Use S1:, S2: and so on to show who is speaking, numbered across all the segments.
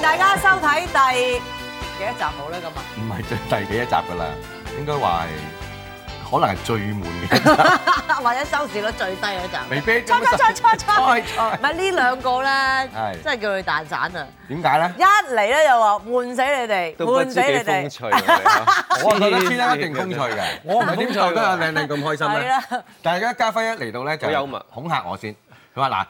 S1: 大家收睇第幾多集好咧咁啊？
S2: 唔係 最第幾一集㗎啦，應該話係可能係最悶嘅一集，
S1: 或者收視率最低嗰集？
S2: 未必
S1: 錯錯錯錯錯！
S2: 猜猜
S1: 唔係呢兩個咧
S2: 係，
S1: 真係叫佢蛋散啊！
S2: 點解咧？
S1: 一嚟咧又話悶死你哋，
S3: 都不
S1: 悶
S3: 知
S1: 死你
S3: 幾風
S1: 哋，
S3: 趣 啊！
S2: 我覺得先生一定風趣嘅，我唔係點做得阿靚靚咁開心
S1: 係
S2: 咧。
S1: 啦，
S2: 但係而家家輝一嚟到咧就
S3: 好幽默
S2: 恐嚇我先，佢話嗱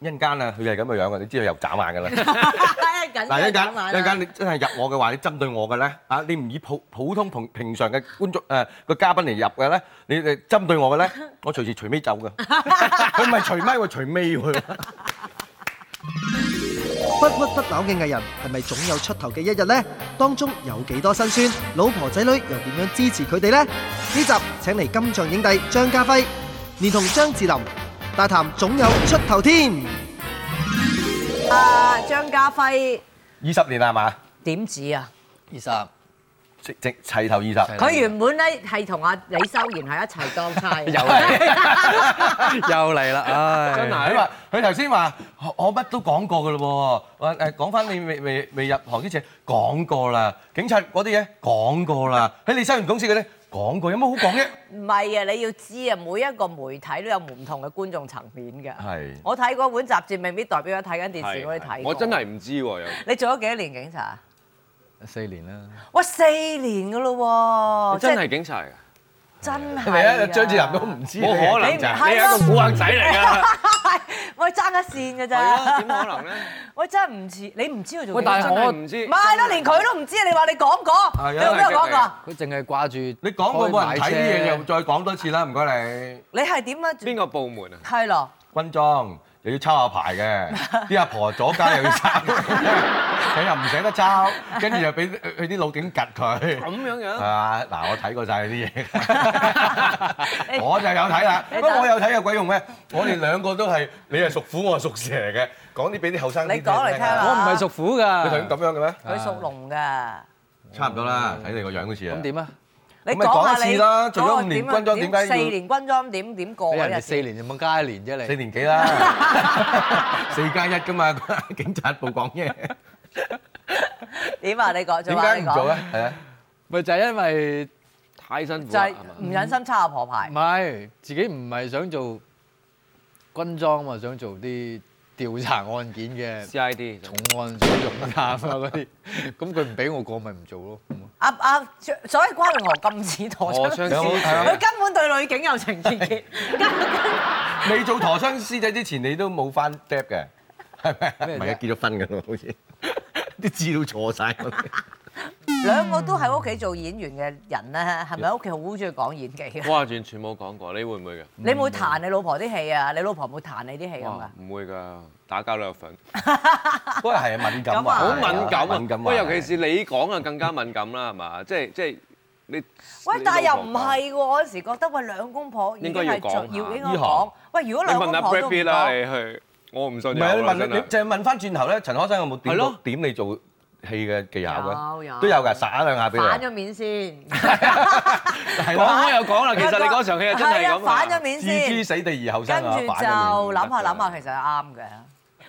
S2: 一陣間啊，佢係咁嘅樣嘅，你知佢又眨眼㗎啦。
S1: 緊
S2: 嗱一陣間
S1: 緊玩
S2: 一陣間你真係入我嘅話，你針對我嘅咧啊，你唔以普普通平平常嘅觀眾誒個嘉賓嚟入嘅咧，你你針對我嘅咧，我隨時隨尾走㗎。佢唔係隨咪喎，隨尾喎。
S4: 不屈不撓嘅藝人係咪總有出頭嘅一日呢？當中有幾多辛酸？老婆仔女又點樣支持佢哋呢？呢集請嚟金像影帝張家輝，連同張智霖，大談總有出頭天。
S1: 啊，張家輝
S2: 二十年啦係嘛？
S1: 點止啊？
S3: 醫生，
S2: 直直齊頭二十，
S1: 佢原本咧係同阿李修賢係一齊當 差嘅，
S3: 又嚟，又嚟啦！唉，
S2: 真係佢話佢頭先話我我乜都講過㗎咯喎，話誒講翻你未未未入行之前講過啦，警察嗰啲嘢講過啦，喺你收完公司嗰啲講過，有乜好講啫？
S1: 唔係啊！你要知啊，每一個媒體都有唔同嘅觀眾層面嘅。
S2: 係
S1: 我睇嗰本雜誌，未必代表我睇緊電視嗰啲睇過。
S3: 我真係唔知喎，又
S1: 你做咗幾多年警察啊？
S3: 四年啦，
S1: 哇，四年噶咯喎！
S3: 真
S1: 即
S3: 係警察嚟㗎，
S1: 真
S2: 係咪啊？
S1: 係㗎
S2: 張智霖都唔知，
S3: 冇可
S1: 你
S3: 能
S1: 唔
S3: 就
S1: 係
S3: 係你係一個古惑仔嚟㗎，
S1: 喂，爭一線㗎
S3: 係咯？點
S1: 咋？
S3: 可能咧？
S1: 喂，真係唔似，你唔知佢做警
S5: 喂但
S1: 察
S5: 係
S3: 真係
S5: 我
S3: 唔知
S1: 唔，係啦，連佢都唔知。你話你講過，
S2: 啊
S1: 你
S2: 有
S1: 有邊個講
S3: 人
S1: 過？
S5: 佢淨係掛住
S2: 你講過冇人睇啲嘢，
S5: 開
S2: 又
S5: 買車
S2: 再講多次啦，唔該你。
S1: 你係點啊？
S3: 邊個部門啊？
S1: 係咯，
S2: 軍裝又要抄下牌嘅，啲阿婆左街又要抄，佢又唔捨得抄，跟住又俾佢啲老警趌佢。
S3: 咁樣
S2: 係
S3: 樣，
S2: 啊！嗱，我睇過晒啲嘢，我就有睇啦。
S1: 你
S2: 不過我有睇有鬼用咩？我哋兩個都係，你係屬虎，我係屬蛇嘅。講啲俾啲後生啲
S1: 你講嚟聽下
S2: 啊
S5: 我唔係屬虎㗎。
S2: 你頭先咁樣嘅咩？
S1: 佢屬龍㗎。
S2: 差唔多啦，睇你個樣都似啊。
S5: 咁點啊？
S1: 你
S2: 咪
S1: 講下
S2: 講一次
S1: 你
S2: 啦做咗
S1: 嗰個
S2: 五年
S1: 點啊
S2: 軍裝
S1: 點
S2: 點解要
S1: 四年軍裝點點過
S5: 你
S1: 啊？
S5: 人
S1: 呢
S5: 哋
S1: 日
S5: 四年就冇加一年啫，
S2: 四
S5: 你
S2: 年幾啦？四加一㗎 嘛，警察部講嘢。
S1: 點啊？你講
S2: 點
S1: 就話
S2: 解
S1: 你
S2: 唔
S1: 講
S2: 做咧？係啊，
S5: 咪就係因為
S3: 太辛苦
S1: 就
S3: 啦，
S1: 係
S3: 係嘛？
S1: 唔忍心抄阿婆牌
S5: 唔。係自己唔係想做軍裝嘛，想做啲調查案件嘅
S3: CID
S5: 重案組重探啊嗰啲，咁佢唔俾我過咪唔做咯。
S1: 阿阿所以關詠荷咁似陀
S3: 我
S1: 槍，
S3: 相
S2: 有冇係啊
S1: 佢
S3: 師
S1: 根本對女警有情結結，根本
S2: 未做陀槍師仔之前，你都冇翻 d e p 嘅，係咪？
S5: 咩啫
S2: 唔係啊，結咗婚㗎啦， 好似啲資料錯晒。
S1: 兩個都喺屋企做演員嘅人咧，係咪喺屋企好中意講演技嘅？
S3: 哇，完全冇講過，你會唔會㗎？
S1: 你冇彈你老婆啲戲啊？你老婆冇彈你啲戲咁
S3: 哇
S1: 噶？，
S3: 唔會㗎，打交都有份。
S2: 嗰日係敏感
S1: 咁啊
S2: 話，
S3: 好敏感啊！
S2: 敏感話。
S3: 喂，尤其是你講啊，更加敏感啦，係嘛？即係即係你。
S1: 喂
S3: 你，
S1: 但係又
S3: 老
S1: 唔
S3: 婆講。
S1: 係喎，我有時覺得喂兩公婆已經
S3: 應該要
S1: 係
S3: 講
S1: 最
S3: 下
S1: 要應該講
S2: 呢行。
S1: 喂，如果
S3: 你
S1: 兩
S3: 問
S1: 公
S3: 下
S1: 婆
S3: Brad
S1: 都唔
S3: Pitt 啦，
S1: 講，
S3: 你去，我唔信
S2: 唔
S3: 有
S2: 係你
S3: 啦，
S2: 問
S3: 真
S2: 你，
S3: 係。
S2: 就係問翻轉頭咧，陳可辛有冇點
S3: 係
S2: 過
S3: 咯
S2: 點你做戲嘅技巧
S1: 有有
S2: 嘅？都有㗎，耍兩下俾你。
S1: 反咗面先。
S2: 係
S3: 講
S2: 啦，
S3: 開又講 啦，其實你嗰場戲係真係
S1: 係啊
S3: 咁
S1: 反
S3: 啊
S1: 咗。面
S2: 置
S1: 先，
S2: 之死地而後
S1: 跟
S2: 生啊！
S1: 住就諗
S2: 反咗面
S1: 下諗下，其實係啱嘅。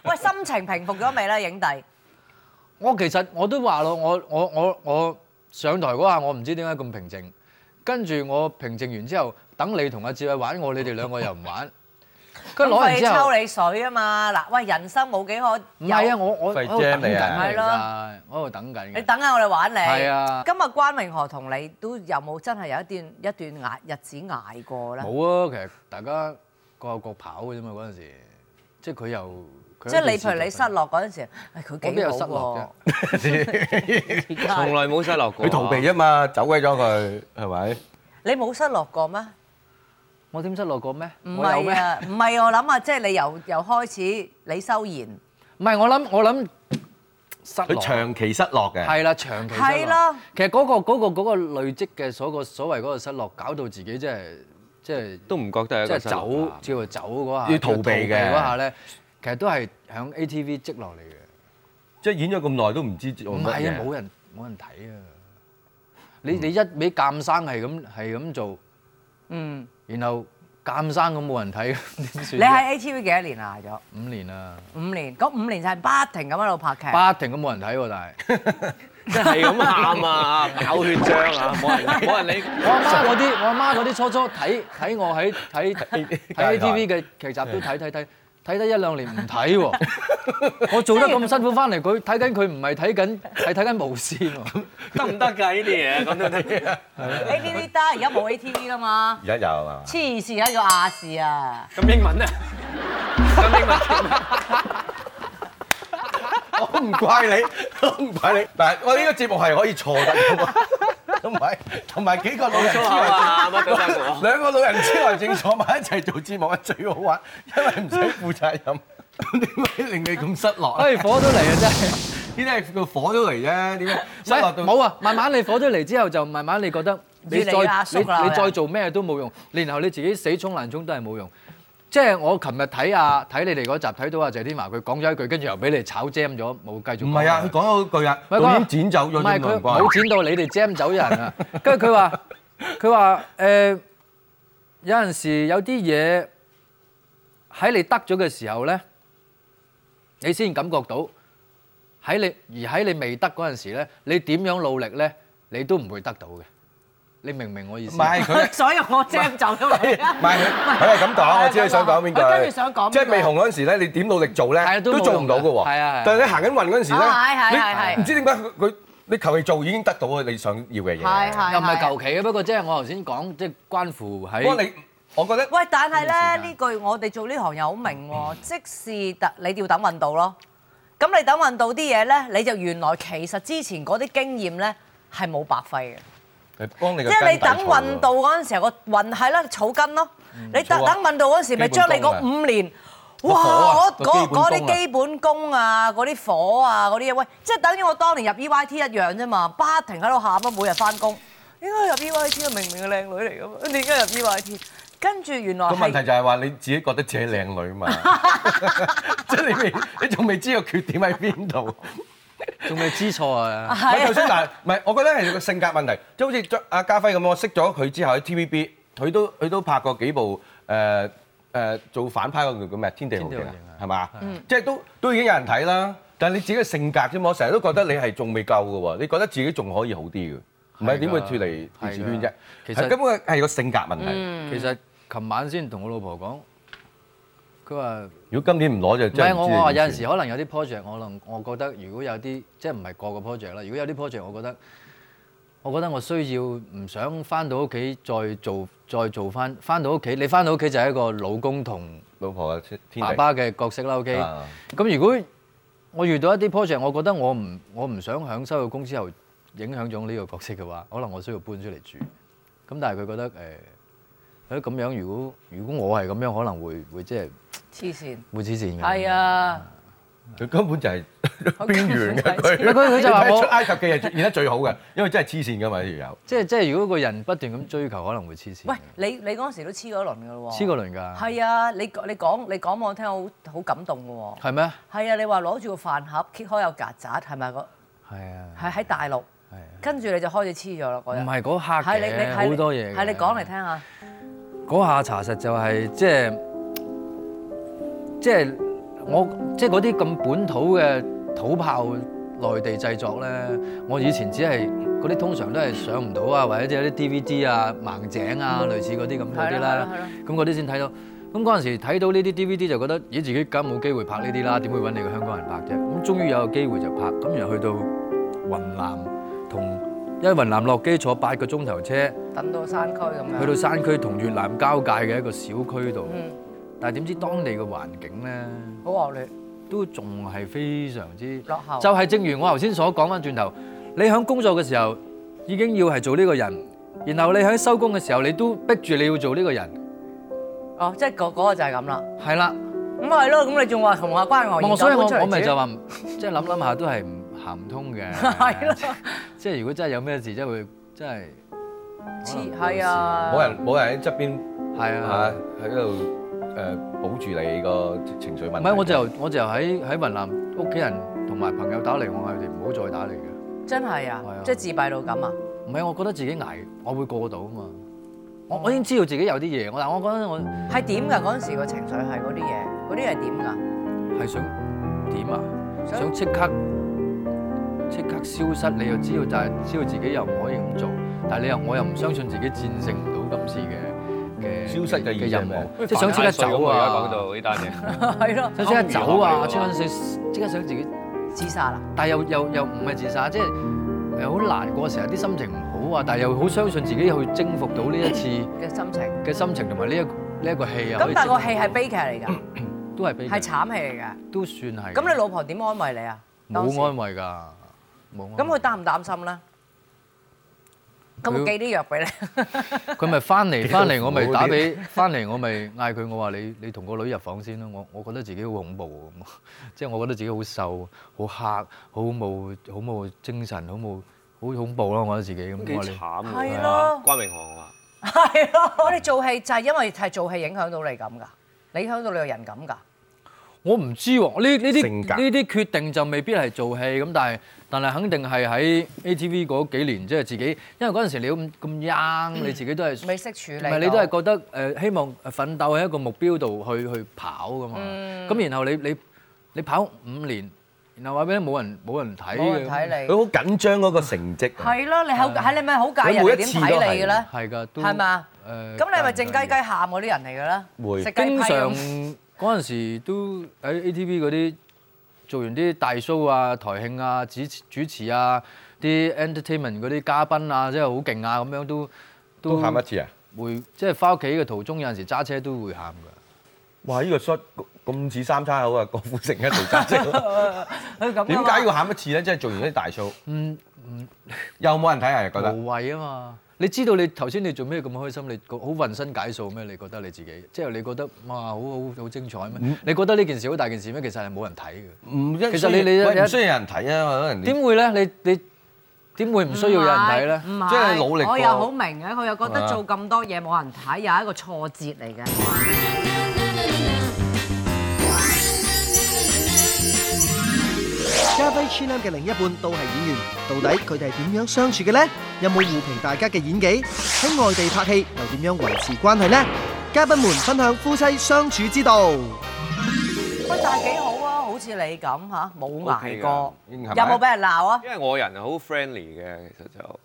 S1: 喂，心情平復咗未咧，影帝？
S5: 我其實我都話咯，我我我我上台嗰下，我唔知點解咁平靜。跟住我平靜完之後，等你同阿志偉玩我，你哋兩個又唔玩。跟住攞完之後，
S1: 抽你水啊嘛！嗱，喂，人生冇幾可
S5: 唔
S1: 有
S5: 係啊，我我
S2: 廢
S5: 喺度
S2: jam
S5: 等
S2: 嚟
S5: 緊
S2: 啊
S1: 係
S5: 㗎，㗎我喺度等緊
S1: 你
S5: 嘅。
S1: 等下我哋玩你。
S5: 係啊
S1: 今日關詠荷同你都有冇真係有一段一段捱日子捱過咧？
S5: 冇啊，其實大家各有各跑嘅啫嘛，嗰陣時，即係佢又
S1: 即係你譬如你失，落嗰陣時，唉佢
S5: 我邊
S1: 幾
S5: 有
S1: 好
S5: 失落
S1: 喎。
S3: 從來冇失落 過。
S2: 佢逃避啊嘛，走鬼咗佢係咪？
S1: 你冇失落過咩？
S5: 我點失落過咩？
S1: 唔
S5: 我有
S1: 係
S5: 咩？
S1: 啊，唔係我諗啊，即係你由由開始李修賢
S5: 唔係我諗我諗失
S2: 佢
S5: 落。
S2: 長期失落嘅，
S5: 係啦，長期失落
S1: 係啦
S5: 其實嗰、個嗰、個嗰、個累積嘅所個所謂嗰個失落，搞到自己即係即係
S3: 都唔覺得係一
S5: 即
S3: 個
S5: 係
S3: 失落
S5: 走
S3: 吧
S5: 叫做走嗰下，
S2: 要逃避嘅
S5: 嗰下咧，其實都係響 ATV 積落嚟嘅。
S2: 即係演咗咁耐都唔知做
S5: 唔
S2: 乜
S5: 係啊，冇
S2: 嘢。
S5: 人冇人睇啊！你你一味鑑生係咁係咁做，
S1: 嗯，
S5: 然後鑑生咁冇人睇， 點算？
S1: 你喺 ATV 幾多年啊？咗
S5: 五年啦，
S1: 五年，嗰五年就係不停咁喺度拍劇。
S5: 不停咁冇人睇喎，但係。
S3: 即係咁喊啊，搞血漿啊，冇人冇人理。
S5: 我阿媽嗰啲，我阿媽嗰啲初初睇睇我喺 睇睇 ATV 嘅劇集都睇睇睇。睇得一兩年唔睇喎， 我做得咁辛苦翻嚟，佢睇緊佢唔係睇緊，係睇緊無線 喎。
S3: 得唔得㗎？呢啲嘢咁樣啲，
S1: ATV 得，而家冇 ATV 啦嘛。
S2: 而家有係嘛？
S1: 黐線啊，要亞視啊！
S3: 咁英文咧，咁英文點啊
S2: 我唔怪你，我唔怪你。嗱，我呢個節目係可以錯得嘅嘛，同埋同埋幾個老人之
S3: 粗口啊，乜都得㗎喎。
S2: 兩個老人痴呆症坐埋一齊做節目係最好玩，因為唔使負責任。點解令你咁失 落啊？
S5: 哎，火都嚟啊，真係！
S2: 呢啲係個火都嚟啫，點解失落到？
S5: 冇啊！慢慢你火咗嚟之後，就慢慢你覺得你
S1: 越
S5: 再
S1: 嚟越壓縮啦係
S5: 你你再做咩都冇用，你然後你自己死衝爛衝都係冇用。即係我琴日睇啊睇你哋嗰集睇到啊謝天華佢講咗一句，跟住又俾你炒 jam 咗，冇繼續講
S2: 唔
S5: 落去。
S2: 係啊，佢講咗句啊，
S5: 唔係
S2: 導
S5: 佢
S2: 演剪走咗
S5: 唔係
S2: 啲
S5: 佢
S2: 人
S5: 冇
S2: 關。
S5: 剪到你哋 jam 走人啊！跟 住佢話佢話誒有陣時有啲嘢喺你得咗嘅時候咧，你先感覺到喺你而喺你未得嗰陣時咧，你點樣努力咧，你都唔會得到嘅。你明唔明我意
S2: 唔
S5: 思？
S2: 係 佢。
S1: 所以我 jam 走咗嚟
S2: 唔係佢，佢係咁講，我知你想講邊句。
S1: 佢跟住想講邊句
S2: 即係未紅嗰陣時咧，你點努力做
S5: 係
S2: 咧，
S5: 啊都
S2: 都
S5: 冇
S2: 做唔到嘅
S5: 用
S2: 喎。
S5: 嘅係啊係啊
S2: 但係你行緊運嗰陣時
S1: 啊係係係
S2: 咧，
S1: 係
S2: 你唔知點解佢佢你求其做已經得到你想要嘅嘢。
S1: 係係
S5: 又唔係求其嘅，不過即係我頭先講，即係關乎
S2: 不
S5: 喺
S2: 過你，我覺得
S1: 喂，但係
S5: 呢段時
S1: 咧
S5: 間
S1: 呢句我哋做呢行又好明喎，即使特你要等運到咯。咁你等運到啲嘢咧，你就原來其實之前嗰啲經驗咧係冇白費嘅，
S2: 你幫
S1: 即
S2: 你個
S1: 係你
S2: 根底
S1: 等
S2: 做
S1: 運
S2: 喎
S1: 到嗰陣時候個運係啦，草根咯。你等
S2: 草啊
S1: 等運到嗰陣時，咪
S2: 基本
S1: 將你
S2: 功
S1: 嗰
S2: 啊
S1: 五年。
S2: 個火啊
S1: 哇！嗰
S2: 個
S1: 嗰嗰啲基
S2: 基本功啊
S1: 本功啊，嗰啲火啊，嗰啲嘢，喂，即係等於我當年入 EYT 一樣啫嘛，不停喺度喊啊，每日翻工。應該入 EYT 啊，明明係靚女嚟㗎嘛，點解入 EYT？跟住原來
S2: 個問
S1: 係
S2: 題就係話你自己覺得自己靚女嘛，即係你未你仲未知個缺點喺邊度。
S5: 仲未知錯啊！
S2: 唔係頭先嗱，唔係我覺得係個性格問題，即係好似張阿家輝咁，我識咗佢之後喺 TVB，佢都佢都拍過幾部誒誒做反派嗰個叫咩《天地豪情
S5: 天地豪情啊》
S2: 係嘛？即係都都已經有人睇啦，但係你自己嘅性格啫嘛，我成日都覺得你係仲未夠嘅喎，你覺得自己仲可以好啲嘅，唔係點會脱離電視圈啫？
S5: 係㗎
S2: 其
S5: 其實
S2: 實根本係個性格問題。
S5: 其實琴晚先同我老婆講，佢話。
S2: 如果今年唔攞就
S5: 唔
S2: 真係
S5: 係
S2: 唔知
S5: 我
S2: 你
S5: 我話有
S2: 點
S5: 陣時可能有啲 project，我可能我覺得如果有啲即係唔係個個 project 啦，如果有啲 project 我覺得我覺得我需要唔想翻到屋企再做再做翻翻到屋企，你翻到屋企就係一個老公同
S2: 老婆啊，天地
S5: 爸爸嘅角色啦。OK，咁、
S2: 啊
S5: 如果我遇到一啲 project，我覺得我唔我唔想享收咗工之後影響咗呢個角色嘅話，可能我需要搬出嚟住。咁但係佢覺得誒。誒咁樣，如果如果我係咁樣，可能會會即係
S1: 黐線。
S5: 會黐線嘅。
S1: 係啊，
S2: 佢根本就係邊緣
S1: Dạ,
S2: 嘅佢。
S5: 佢佢就話
S2: 你睇
S5: 我
S2: 出埃及嘅係演得最好嘅，因為真係黐線㗎嘛呢條友。
S5: 即係即係，如果個人不斷咁追求，可能會黐線。
S1: 喂，你你嗰陣時都黐過一輪㗎咯喎。
S5: 黐過輪㗎。
S1: 係啊，你講你講你講我聽，好好感動㗎喎。
S5: 係咩？
S1: 係啊，你話攞住個飯盒揭開有曱甴，係咪個？
S5: 係啊。
S1: 係喺大陸，
S5: 係啊
S1: 跟住你就開始黐咗啦嗰日。
S5: 唔係嗰刻
S1: 係你你
S5: 嘅，
S1: 係你
S5: 好多嘢嘅。
S1: 係你講嚟聽下。
S5: 嗰下查實就係即係即係我即係嗰啲咁本土嘅土炮內地製作咧，我以前只係嗰啲通常都係上唔到啊，或者即係有啲 DVD 啊、盲井啊，類似嗰啲咁嗰啲
S1: 嗯係啦
S5: 啦
S1: 係啦。
S5: 咁嗰啲先睇到。咁嗰陣時睇到呢啲 DVD 就覺得，咦自己梗冇機會拍呢啲啦，點會揾你個香港人拍啫？咁終於有個機會就拍，咁然後去到雲南同，因為雲南落機坐八個鐘頭車。
S1: 等到山區咁樣。
S5: 去到山區同越南交界嘅一個小區度，
S1: 嗯
S5: 但係點知當地嘅環境呢，
S1: 好惡劣，
S5: 都仲係非常之
S1: 落後
S5: 就係正如我頭先所講翻轉頭，你喺工作嘅時候已經要係做呢個人，然後你喺收工嘅時候你都逼住你要做呢個人，
S1: 哦，即係嗰嗰個就係咁啦。
S5: 係啦。
S1: 咁係咯，咁你仲話同阿關外
S5: 我所以我我咪就
S1: 話
S5: 話唔， 即係諗諗下都係唔行唔通 嘅。
S1: 係咯，
S5: 即係如果真係有咩事，真係會真係
S1: 黐係啊，
S2: 冇人冇人喺側邊
S5: 係啊
S2: 啊。喺度誒保住你個情緒問
S5: 唔
S2: 題。
S5: 係我就我就喺喺雲南屋企人同埋朋友打嚟，我嗌佢哋唔好再打嚟嘅。
S1: 真係
S5: 係啊
S1: 啊，即係自閉到咁啊！
S5: 唔係，我覺得自己捱，我會過到啊嘛。我我已經知道自己有啲嘢，我但我覺得我
S1: 係點㗎？嗰陣時個情緒係嗰啲嘢，嗰啲係點㗎？
S5: 係想點啊？
S1: 想
S5: 想即刻即刻消失，你又知道，但係知道自己又唔可以咁做，但係你又我又唔相信自己戰勝唔到今次嘅嘅
S2: 消失嘅意
S5: 嘅
S2: 義
S5: 任
S2: 係
S5: 務，即
S3: à,
S5: 係想即刻走
S3: 而家講
S5: 啊！
S3: 到呢單嘢，
S1: 係咯，
S5: 想即刻走啊！
S3: 堪輿學嚟㗎
S5: 即刻想即刻想自己。
S1: 自殺啦！
S5: 但係又又又唔係自殺，啊即係誒好難過，成日啲心情唔好啊，但係又好相信自己去征服到呢一次
S1: 嘅心情。
S5: 嘅心情同埋呢一呢一個戲啊。可
S1: 咁
S5: 以
S1: 但係個
S5: 征
S1: 戲係悲劇嚟㗎，
S5: 都係悲劇
S1: 係慘戲嚟㗎。
S5: 都算係。
S1: 咁你老婆點安慰你啊？當時
S5: 冇安慰㗎，冇安慰。
S1: 咁佢擔唔擔心咧？咁
S5: 佢
S1: 我寄啲藥俾你，
S5: 佢咪翻嚟翻嚟，我咪打俾翻嚟，我咪嗌佢，我話你你同個女入房先啦。我我覺得自己好恐怖喎咁， 即係我覺得自己好瘦、好黑、好冇好冇精神、好冇好恐怖咯。我覺得自己咁。我話
S3: 幾
S5: 你
S3: 慘㗎
S1: 係咯
S3: 關明航話。
S1: 係咯。我哋做戲就係因為係做戲影響到你咁㗎，你影響到你個人咁㗎。
S5: 我唔知喎，呢呢啲
S2: 性格
S5: 呢啲決定就未必係做戲咁，但係但係肯定係喺 ATV 嗰幾年，即係自己，因為嗰陣時你咁咁 young，你自己都係
S1: 未識處理
S5: 唔
S1: 到。
S5: 係你都係覺得誒、呃希望奮鬥喺一個目標度去去跑噶嘛。
S1: 嗯
S5: 咁、然後你你你跑五年，然後話俾你冇人冇人睇嘅，
S1: 冇人睇你。
S2: 佢好緊張嗰個成績啊。
S1: 係咯，你好係你咪好介意人
S2: 佢每
S1: 哋
S2: 一
S1: 點
S2: 次
S1: 睇
S2: 都係
S1: 你嘅咧？
S5: 係㗎，都
S1: 係嘛？
S5: 誒
S1: 咁你係咪靜雞雞喊嗰啲人嚟㗎咧？
S2: 會
S1: 食雞
S5: 經
S1: 批
S5: 常
S1: 咁
S5: 嗰陣時都喺 ATV 嗰啲做完啲大 show 啊、台慶啊、主持主持啊、啲 entertainment 嗰啲嘉賓啊，即係好勁啊咁樣都
S2: 都喊一次啊！
S5: 會即係翻屋企嘅途中有陣時揸車都會喊㗎。
S2: 哇！呢個 shot 咁似三叉口啊，郭富城一度揸車。
S1: 佢咁㗎嘛
S2: 點解要喊一次咧？即係做完啲大 show，
S5: 嗯，
S2: 又冇人睇啊？覺得
S5: 無謂啊嘛。你知道你頭先你做咩咁開心？你好渾身解數咩？你覺得你自己，即係你覺得哇好好好精彩咩？你覺得呢件事好大件事咩？其實係冇人睇嘅。
S2: 唔
S5: 其實你你
S2: 喂
S5: 你
S2: 唔需要有人睇啊，可能
S5: 點會咧？你你點會唔需要有人睇咧？
S1: 唔係
S2: 即係努力過
S1: 我又好明嘅，佢又覺
S2: 係嘛
S1: 得做咁多嘢冇人睇，又係一個挫折嚟嘅。
S4: 加菲 c h i n a 嘅另一半都係演員，到底佢哋係點樣相處嘅呢？有冇互評大家嘅演技？喺外地拍戲又點樣維持關係呢？嘉賓們分享夫妻相處之道。
S1: 喂，但係幾好啊，好似你咁嚇，冇捱
S3: OK 㗎
S1: 過，
S2: 嗯係咪
S1: 有冇俾人鬧啊？
S3: 因為我人好 friendly 嘅，其實就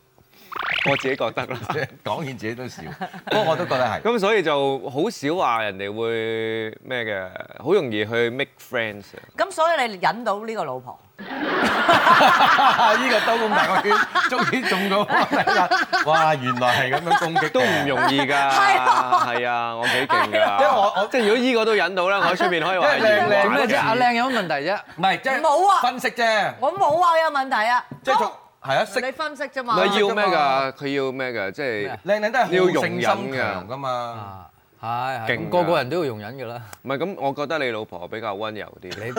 S3: 我自己覺得啦。
S2: 講完自己都笑，不過我都覺得係。
S3: 咁所以就好少話人哋會咩嘅，好容易去 make friends 啊嘅。
S1: 咁所以你引到呢個老婆，
S2: 呢個兜咁大個圈， 終於中咗。 哇！原來係咁樣攻擊嘅，
S3: 都唔容易㗎， 係啊，我幾勁㗎。因為
S2: 我我
S3: 即係如果依個都忍到咧，我喺出面可以 話係啊
S2: 因為靚靚
S3: 完
S5: 點解
S3: 玩
S5: 啫？阿靚有乜問題啫？
S2: 唔係即係
S1: 冇啊
S2: 分析啫，
S1: 我冇話有問題啊。
S2: 即係從係啊，識
S1: 你分析啫
S3: 唔
S1: 嘛。
S3: 係要咩㗎？佢要咩啊㗎？即係
S2: 靚靚都係
S3: 你要
S2: 好
S3: 容
S2: 勝心
S3: 忍㗎
S2: 強㗎嘛。
S5: 啊，係係
S3: 勁㗎
S5: 咁個個人都要容忍㗎啦。
S3: 唔係咁？我覺得你老婆比較温柔啲，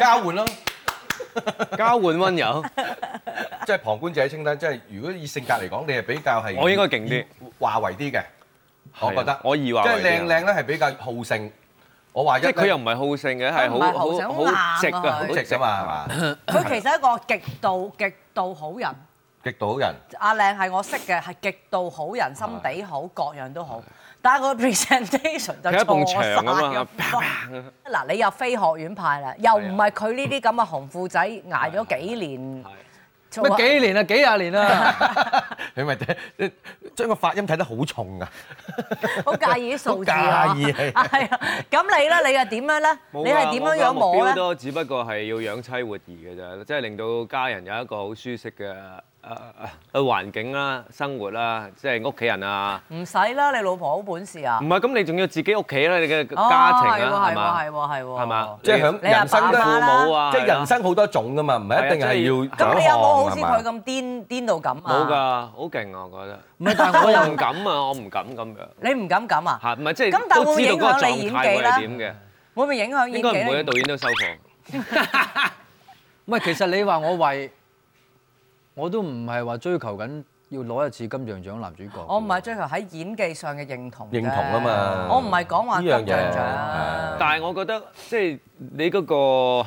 S2: 交換咯，
S3: 交換温柔。
S2: 即係旁觀者清單，即係如果以性格嚟講，你係比較係
S3: 我應該勁啲，
S2: 華為啲嘅，我覺
S3: 係
S2: 得
S3: 啊。我易話
S2: 即
S3: 為
S2: 係
S3: 啲
S2: 靚靚
S3: 啊
S2: 咧係比較好勝，我話一
S3: 即係佢
S2: 咧
S3: 又唔係好勝嘅，係
S1: 佢唔係
S3: 好
S1: 好勝
S3: 好
S1: 好硬啊
S3: 好直
S1: 佢
S3: 啊，
S2: 好
S3: 好
S2: 直
S3: 直
S2: 㗎嘛，係 嘛？
S1: 佢其實係一個極度極度好人。
S2: 極度好人，
S1: 阿靚係我識嘅，係極度好人，心地好，各樣都好。但係個 presentation 就
S3: 佢一埲
S1: 錯
S3: 牆
S1: 晒
S3: 咁啊
S1: 咁多嗱，你又非學院派啦，又唔係佢呢啲咁嘅紅褲仔捱咗幾年
S3: 係，
S1: 做
S5: 乜幾年啊？幾廿年啦？
S2: 佢咪睇即將個發音睇得好重啊！
S1: 好介意啲數字啊！
S2: 好介意係
S1: 係啊！咁你咧，你又點樣咧？
S3: 冇
S1: 你係
S3: 啊
S1: 點
S3: 我
S1: 樣樣
S3: 個目
S1: 摸
S3: 標
S1: 咧？
S3: 都只不過係要養妻活兒嘅啫，即係令到家人有一個好舒適嘅誒誒環境啦、生活啦，即係屋企人啊。
S1: 唔使啦，你老婆好本事啊
S3: 唔！係咁，你仲要自己屋企啦，你嘅
S1: 哦
S3: 家庭啦，
S1: 係喎
S3: 係嘛？
S1: 係喎係喎
S3: 係嘛？
S2: 即係響
S1: 你阿
S2: 人生
S1: 爸
S2: 都
S1: 阿媽啦
S3: 父母啊
S2: 即係人生好多種噶嘛，唔係一定係要
S1: 咁你有冇好似
S2: 走
S1: 佢
S2: 行係嘛
S1: 咁癲癲到咁
S3: 冇㗎，
S1: 啊？
S3: 好勁啊！我覺得。
S5: 唔係，但係我
S3: 我
S5: 又
S3: 又唔敢啊，我唔敢咁樣。
S1: 你唔敢咁啊？
S3: 嚇，唔係即係
S1: 咁但會唔
S3: 都
S1: 會
S3: 知道
S1: 影
S3: 嗰個
S1: 響你
S3: 狀
S1: 演
S3: 態
S1: 技
S3: 會
S1: 咧
S3: 係點嘅。
S1: 會唔會影響演
S3: 應
S1: 技
S3: 該唔會啊，
S1: 咧？
S3: 導演都收貨。
S5: 唔係，其實你話我為我都唔係話追求緊要攞一次金像獎男主角。
S1: 我唔係追求喺演技上嘅認同啫。
S2: 認同啊嘛
S1: 我唔係講話得獎
S2: 呢樣嘢係
S1: 獎。
S3: 但係我覺得即係你嗰個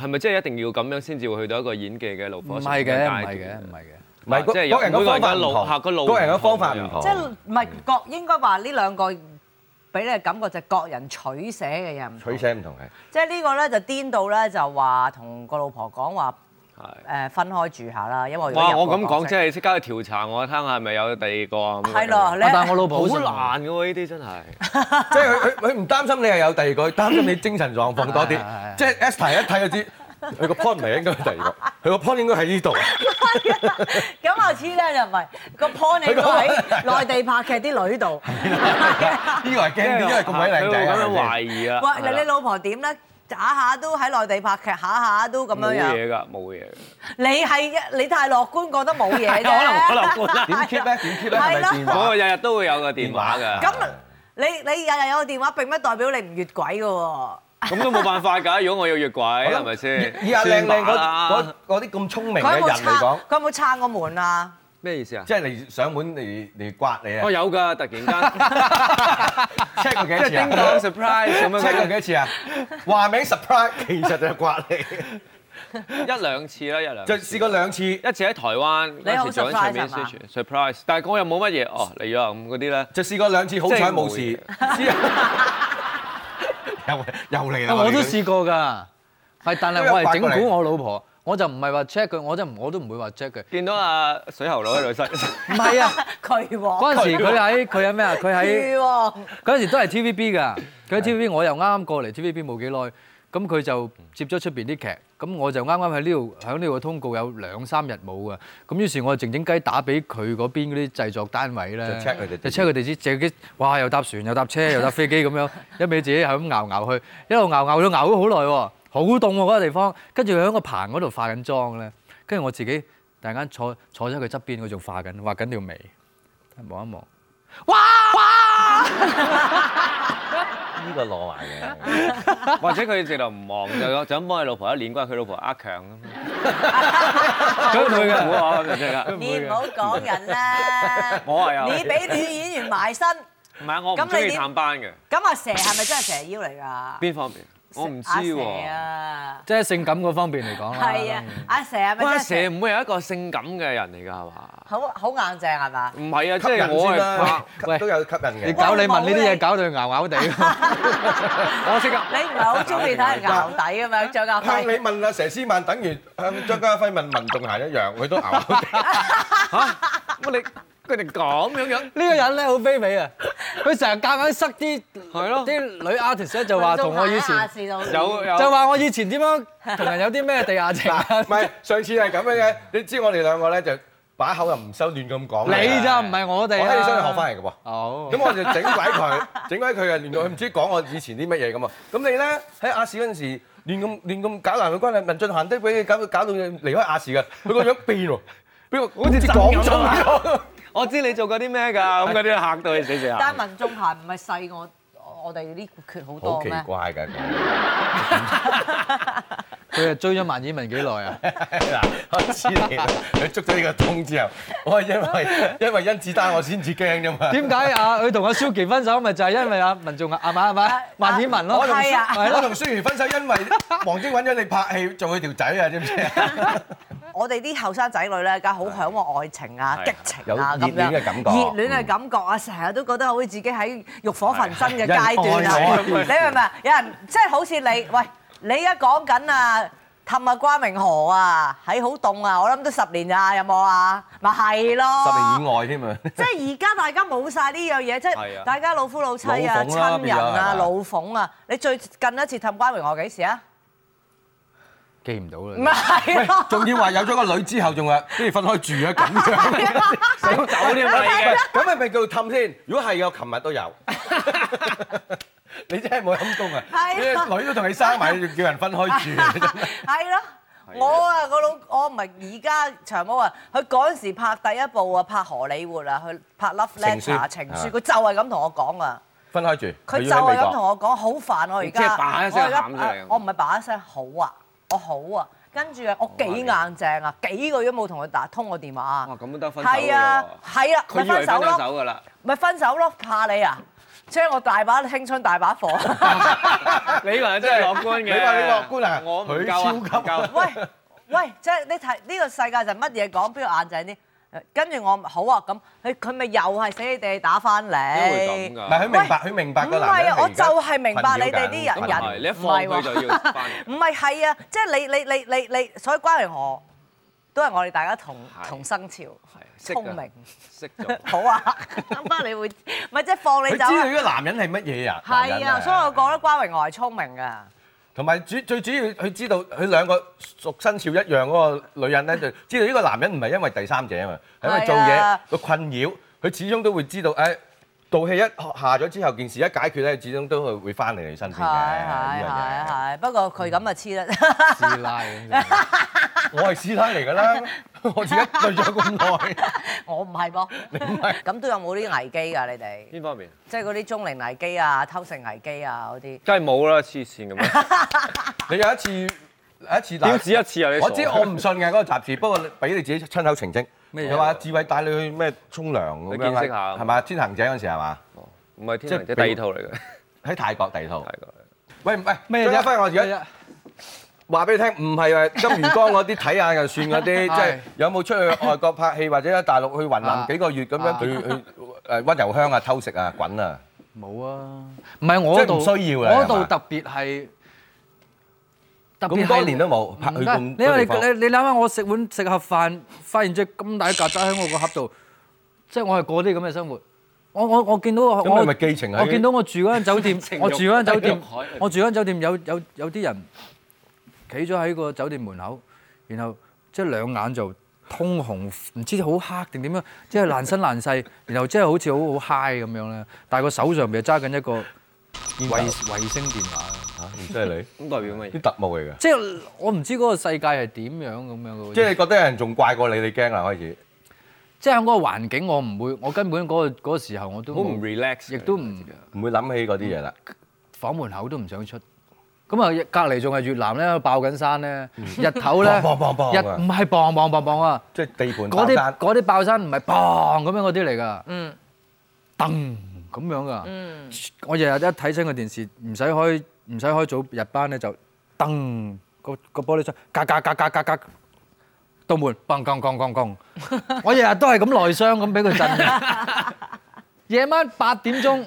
S3: 係咪即係一定要咁樣先至會去到一個演技嘅爐火
S5: 唔
S3: 純
S5: 係
S3: 青
S5: 嘅，
S3: 嘅階
S5: 唔係嘅，
S3: 段
S5: 唔係嘅。
S2: 唔係，
S3: 即
S2: 個
S3: 係有
S2: 個人嘅方法
S3: 每個人嘅路嚇個
S2: 唔
S3: 路
S2: 同，個人嘅
S3: 唔同
S2: 方法
S3: 㗎
S2: 唔同。
S1: 即係唔係各應該話呢兩個俾你嘅感覺就係各人取捨嘅人唔
S2: 取
S1: 同。
S2: 捨唔同係。
S1: 即係呢個咧就顛到咧就話同個老婆講話
S3: 係。
S1: 誒分開住下啦，因為如果
S3: 哇！
S1: 入
S3: 我
S1: 個
S3: 咁
S1: 角
S3: 講，即
S1: 色
S3: 係即刻去調查我，睇下係咪有第二個啊咁樣
S1: 係咯，你
S5: 但係我老婆好信我
S3: 好難嘅喎，呢啲真係。
S2: 即係佢佢佢唔擔心你係有第二個，佢擔心你精神狀 況多
S5: 係係
S2: 啲。
S5: 係
S2: 即係 Esther 一睇就知，佢個 point 唔係應該係第二個，佢個 point 應該 喺呢度。
S1: 咁啊黐咧就唔係個 point 你都喺 內地拍劇啲女度。
S2: 呢個係 驚啲，因為咁鬼靚仔
S3: 佢
S2: 啊
S3: 會
S2: 係
S3: 咁樣
S2: 咪
S3: 懷疑啊。
S1: 喂，
S3: 係
S1: 你
S3: 啦
S1: 你老婆點咧？下下都喺內地拍劇，下下都咁樣
S3: 冇
S1: 樣。
S3: 嘢㗎，冇嘢㗎。
S1: 你係你太樂觀，覺得冇嘢啫。
S3: 可能可能
S2: 先點 keep 咧？點 keep 咧？
S1: 係
S2: 係
S1: 啦
S2: 咪電話
S3: 我？日日都會有個電話 㗎。
S1: 咁你你日日有個電話並不代表你唔越軌嘅喎。
S3: 咁都冇辦法㗎，如果我要越軌，係咪先？
S2: 以以阿靚靚
S3: 算
S2: 嗰
S3: 吧
S2: 嗰
S3: 啦
S2: 嗰啲咁聰明嘅
S3: 啊
S1: 佢有冇
S2: 人嚟
S1: 撐
S2: 講，？
S1: 佢有冇撐過門啊？
S3: 咩意思啊？
S2: 即係嚟上門嚟嚟刮你啊
S3: 我有㗎，突 然間
S2: ！check 過幾
S3: 即
S2: 多
S3: 係
S2: 次
S3: 叮當
S2: 啊
S3: surprise 咁
S2: ？check 過
S3: 樣
S2: 幾多次啊？話名 surprise，其實就係刮你。
S3: 一兩次啦，一兩次
S2: 就試過兩次，
S3: 一次喺台灣，
S1: 你好
S3: 嗰時做緊
S1: surprise
S3: 上面
S1: 係嘛
S3: surprise，但係我又冇乜嘢哦嚟咗啊咁嗰啲咧。
S2: 就試過兩次，好彩冇事。之後又又嚟啦！
S5: 我都
S2: 哋
S5: 試過㗎，係但係我係整蠱我老婆，我就唔係話 check 佢，我就唔我都唔會話 check 佢。
S3: 見到阿水喉佬喺度塞，
S5: 唔 係啊，
S1: 渠王，
S5: 嗰陣時佢喺佢喺咩啊？佢喺。
S1: 渠王。
S5: 嗰陣時都係 TVB 㗎，佢喺 TVB 我又啱啱過嚟 TVB 冇幾耐，咁佢就接咗出邊啲劇，咁我就啱啱喺呢度喺呢度嘅通告有兩三日冇㗎，咁於是我就靜靜雞打俾佢嗰邊嗰啲製作單位咧，
S2: 就 check 佢哋
S5: 就 check 佢哋啲自己，哇又搭船又搭車又搭飛機咁樣，一味自己係咁熬熬去，一路熬熬到熬咗好耐喎，好凍喎嗰個地方，跟住佢喺個棚嗰度化緊妝咧，跟住我自己突然間坐坐咗喺佢側邊，佢仲化緊畫緊條眉，望一望，哇哇！
S2: 呢個攞埋嘅。
S3: 或者佢直頭唔望就就咁幫佢老婆一連關佢老婆呃強咁。
S5: 佢唔會㗎
S3: 唔好啊真係
S1: 你唔好講人啦。
S3: 我係啊有
S1: 你俾女演員埋身，
S3: 唔係我唔
S1: 咁你
S3: 中意
S1: 點啊
S3: 探班嘅。
S1: 咁阿蛇係咪真係蛇腰嚟㗎？
S3: 邊方面？我唔知
S1: 阿蛇
S3: 喎。
S1: 啊，
S5: 即係性感嗰方面嚟講啦。
S1: 係啊，阿蛇係咪
S3: 喂，
S1: 真
S3: 阿
S1: 係
S3: 蛇
S1: 蛇？
S3: 唔會有一個性感嘅人嚟㗎係嘛？
S1: 好好硬正係嘛？
S3: 唔係啊，即
S2: 吸引
S3: 係我
S2: 先
S3: 係
S2: 啦
S3: 怕，
S5: 喂
S2: 吸都有吸引
S5: 你
S2: 嘅。
S5: 搞你問呢啲嘢，搞到佢熬熬地。
S3: 我識啊。
S1: 你唔係好中意睇人牛底㗎嘛？張家
S2: 向你
S1: 輝，
S2: 問阿佘詩曼，等於向張家輝問文仲霞一樣，佢都牛。
S3: 我哋佢哋咁樣樣，
S5: 呢個人咧好卑微啊！佢成日夾硬塞啲
S3: 係咯
S5: 啲女 artist 咧就話同我以
S1: 哎
S5: 前
S3: 有有
S5: 就話我以前點樣同人有啲咩地下情啊
S2: 嗱，唔係上次係咁樣嘅，你知我哋兩個咧就把口又唔收亂咁講。
S5: 你就唔係我
S2: 我
S5: 哋啊！
S2: 喺你身上學翻嚟嘅喎。
S5: 哦
S2: 咁，我就整鬼佢， 整鬼佢啊！亂到佢唔知講我以前啲乜嘢咁啊！咁你咧喺亞視嗰陣時亂咁亂咁搞男女關係，文俊行都俾你搞到搞到離開亞視嘅，佢個樣變喎，俾我好似講
S3: 憎咁
S2: 咗。
S3: 我知你做過啲咩㗎，咁嗰啲嚇到你死死
S1: 但
S3: 下。
S1: 係民眾牌唔係細我我哋呢缺好
S2: 好
S1: 多
S2: 奇
S1: 咩？
S2: 怪㗎！佢
S5: 佢係追咗萬綺雯幾耐啊？
S2: 嗱，我知你啦，佢捉咗呢個通之後，我係因 為因為甄子丹我先至驚啫嘛。
S5: 點解啊？佢同阿蕭琪分手咪就係因為阿文仲係咪係咪萬綺雯
S2: 我
S5: 咯
S2: 同？
S1: 係啊
S5: Ờ,
S2: 我同舒怡分手，因為王晶揾咗你拍戲做佢條仔啊，知唔知啊？
S1: 我哋啲後生仔女咧，梗係好嚮往愛情啊、
S3: 係
S1: 激情
S2: 有
S1: 啊
S2: 熱
S1: 咁樣，
S2: 戀嘅感覺
S1: 熱戀嘅感覺啊，成日都覺得好似自己喺欲火焚身嘅階段
S2: 嗯有人
S1: 啊！
S2: 愛
S1: 你明唔明啊？有人即係好似你，喂，你而家講緊啊，氹啊關明河啊，喺好凍啊，我諗都十年啊，有冇啊？咪係咯，
S2: 十年以外添啊！
S1: 即係而家大家冇晒呢樣嘢，即
S3: 係
S1: 係
S3: 啊
S1: 大家老夫老妻啊、
S2: 老馮啦
S1: 親人
S2: 變咗
S1: 啊、
S2: 係嘛
S1: 老馮啊，你最近一次氹關榮我幾時啊？
S5: 記唔到啦。
S1: 唔係咯，
S2: 仲要話有咗個女之後，仲話不如分開住啊咁樣。
S3: 想走添
S2: 喂
S3: 啦已經。
S2: 咁係咪叫氹先？如果係嘅，我琴日都有。 你真係冇陰功啊！
S1: 係啊
S2: 啲女都同你生埋， 你仲叫人分開住，真係
S1: 係咯。我啊，個老我唔係而家長毛啊，佢嗰陣時拍第一部啊，拍荷里活啊，佢拍 Love
S2: 情
S1: Letter 啊
S2: 書
S1: 情書，佢就係咁同我講啊，
S2: 分開住。
S1: 佢就
S2: 要喺美
S1: 係咁
S2: 國
S1: 同我講，好煩啊我而
S3: 你即
S1: 家，
S3: 係把一
S1: 我
S3: 聲
S1: 而家
S3: 喊出嚟啊
S1: 我唔係把一聲好啊，我好啊，跟住啊，我幾硬正啊，幾個月都冇同佢打通過電話啊
S3: 哇，，咁都得分手㗎喎
S1: 係啊，係啊，
S3: 佢
S1: 咪
S3: 以為
S1: 分
S3: 分手
S1: 手咯。
S3: 㗎啦。
S1: 咪分手咯，怕你啊！即係我大把青春，大把火。
S3: 你話真係樂觀嘅。
S2: 你話你樂觀啊
S3: 我唔
S2: 佢
S3: 夠啊，
S2: 超級
S3: 唔夠啊
S1: 喂喂，即係你睇呢個世界就乜嘢講邊個硬淨啲？跟住我好啊咁，佢佢咪又係死你哋打翻
S3: 會
S1: 嚟
S3: 咁。㗎。
S2: 唔係，佢明白-佢明白㗎，男人
S1: 唔係啊，我
S2: 而家
S1: 就係明白你哋啲人
S2: 群妖
S1: 人
S2: 緊，
S3: 咁唔係，你一放佢就要翻嚟。
S1: 唔係係啊，即係你你你你你，所以關係我都係我哋大家同
S3: 係
S1: 同生肖，
S3: 係，識㗎，
S1: 聰明
S3: 識咗。
S1: 好啊，啱啱你會唔係即係放你走啊
S2: 佢知道呢個男人係乜嘢啊，
S1: 係
S2: 男人啊。
S1: 啊，所以我覺得關榮娥係聰明㗎。
S2: 同埋主-最主要佢知道佢兩個屬生肖一樣嗰個女人呢，就知道呢個男人唔係因為第三者啊嘛，係因為
S1: 係啊。
S2: 做嘢，佢困擾，佢始終都會知道，唉，道氣一下咗之後，件事一解決呢，始終都係會返嚟你身邊嘅，
S1: 係係
S2: 呢樣嘢。
S1: 係係，不過佢咁啊黐啦，
S5: 師奶咁樣。
S2: 我係師奶嚟㗎啦，我自己對咗咁耐。
S1: 我唔係噃。咁都有冇啲危機㗎？你哋即係嗰啲中年危機啊、偷食危機啊嗰啲。
S3: 邊方面？梗係冇啦，黐線咁樣。
S2: 你有一次-有一次嗱，
S3: 點止一次啊，你傻。
S2: 我知我唔信嘅嗰個雜誌，不過俾你自己親口澄清。
S5: 咩嘢
S2: 佢話志偉帶你去咩沖涼咁樣啊
S3: 啊你見識下
S2: 係嘛？天行者嗰陣時係嘛？
S3: 唔係天
S2: 即係
S3: 能，即係第二套嚟嘅。
S2: 喺泰國地套。
S3: 係㗎。
S2: 喂唔喂，
S5: 咩
S2: 張家
S5: 啫？
S2: 輝我而
S5: 咩
S2: 家
S5: 啫
S2: 話俾你聽，唔係話金魚缸嗰啲睇下就算嗰啲，即係
S5: 係
S2: 有冇出去外國拍戲或者喺大陸去雲南
S5: 啊
S2: 幾個月咁樣
S5: 啊
S2: 去去誒温柔鄉啊、偷食啊、滾啊，
S5: 冇啊，唔係我嗰度
S2: 即係唔需要啦啊
S5: 我嗰
S2: 係
S5: 度
S2: 嘛
S5: 特別係特
S2: 咁多年都冇拍去
S5: 唔
S2: 咁
S5: 得
S2: 多
S5: 你因
S2: 地
S5: 為
S2: 方
S5: 你你諗下，我食碗食盒飯，發現隻咁大嘅曱甴喺我個盒度，即係我係過啲咁嘅生活。我我我見到我
S2: 咁
S5: 我
S2: 你咪寄情喺
S5: 我見到我住嗰間 酒店，我住嗰間酒店
S3: 地獄海，
S5: 我住嗰間酒店有有有啲人企咗喺個酒店門口，然後即係兩眼就通紅，唔知好黑定點樣，即係爛身爛世， 然後即係好似好好 high 咁樣咧，但係個手上邊揸緊一個衛衛星電話，
S2: 嚇唔真係
S3: 咁代表乜嘢？
S2: 你啲特務嚟嘅，
S5: 即係我唔知嗰個世界係點樣咁樣嘅喎
S2: 即係你覺得有人仲怪過你，你驚啦開始。
S5: 即係喺嗰個環境，我唔會，我根本嗰、個嗰、個時候我都冇
S3: 好唔relax嘅，啊
S5: 亦都唔
S2: 唔會諗起嗰啲嘢啦，
S5: 房門口都唔想出。咁啊，隔離仲係越南咧，爆緊山咧，日頭咧，日
S2: 砰砰砰砰啊
S5: 唔係磅磅磅磅啊！
S2: 即係地盤
S5: 嗰
S2: 爆
S5: 啲
S2: 單。
S5: 嗰啲爆山唔係砰咁樣嗰啲嚟㗎，
S1: 嗯
S5: 噔咁樣㗎。
S1: 嗯，
S5: 我日日一睇親個電視，唔使開唔使開早日班咧，就噔個個玻璃窗，格格格格格格，道門砰砰砰砰砰，我日日都係咁內傷咁俾佢震嘅。夜晚八點鐘，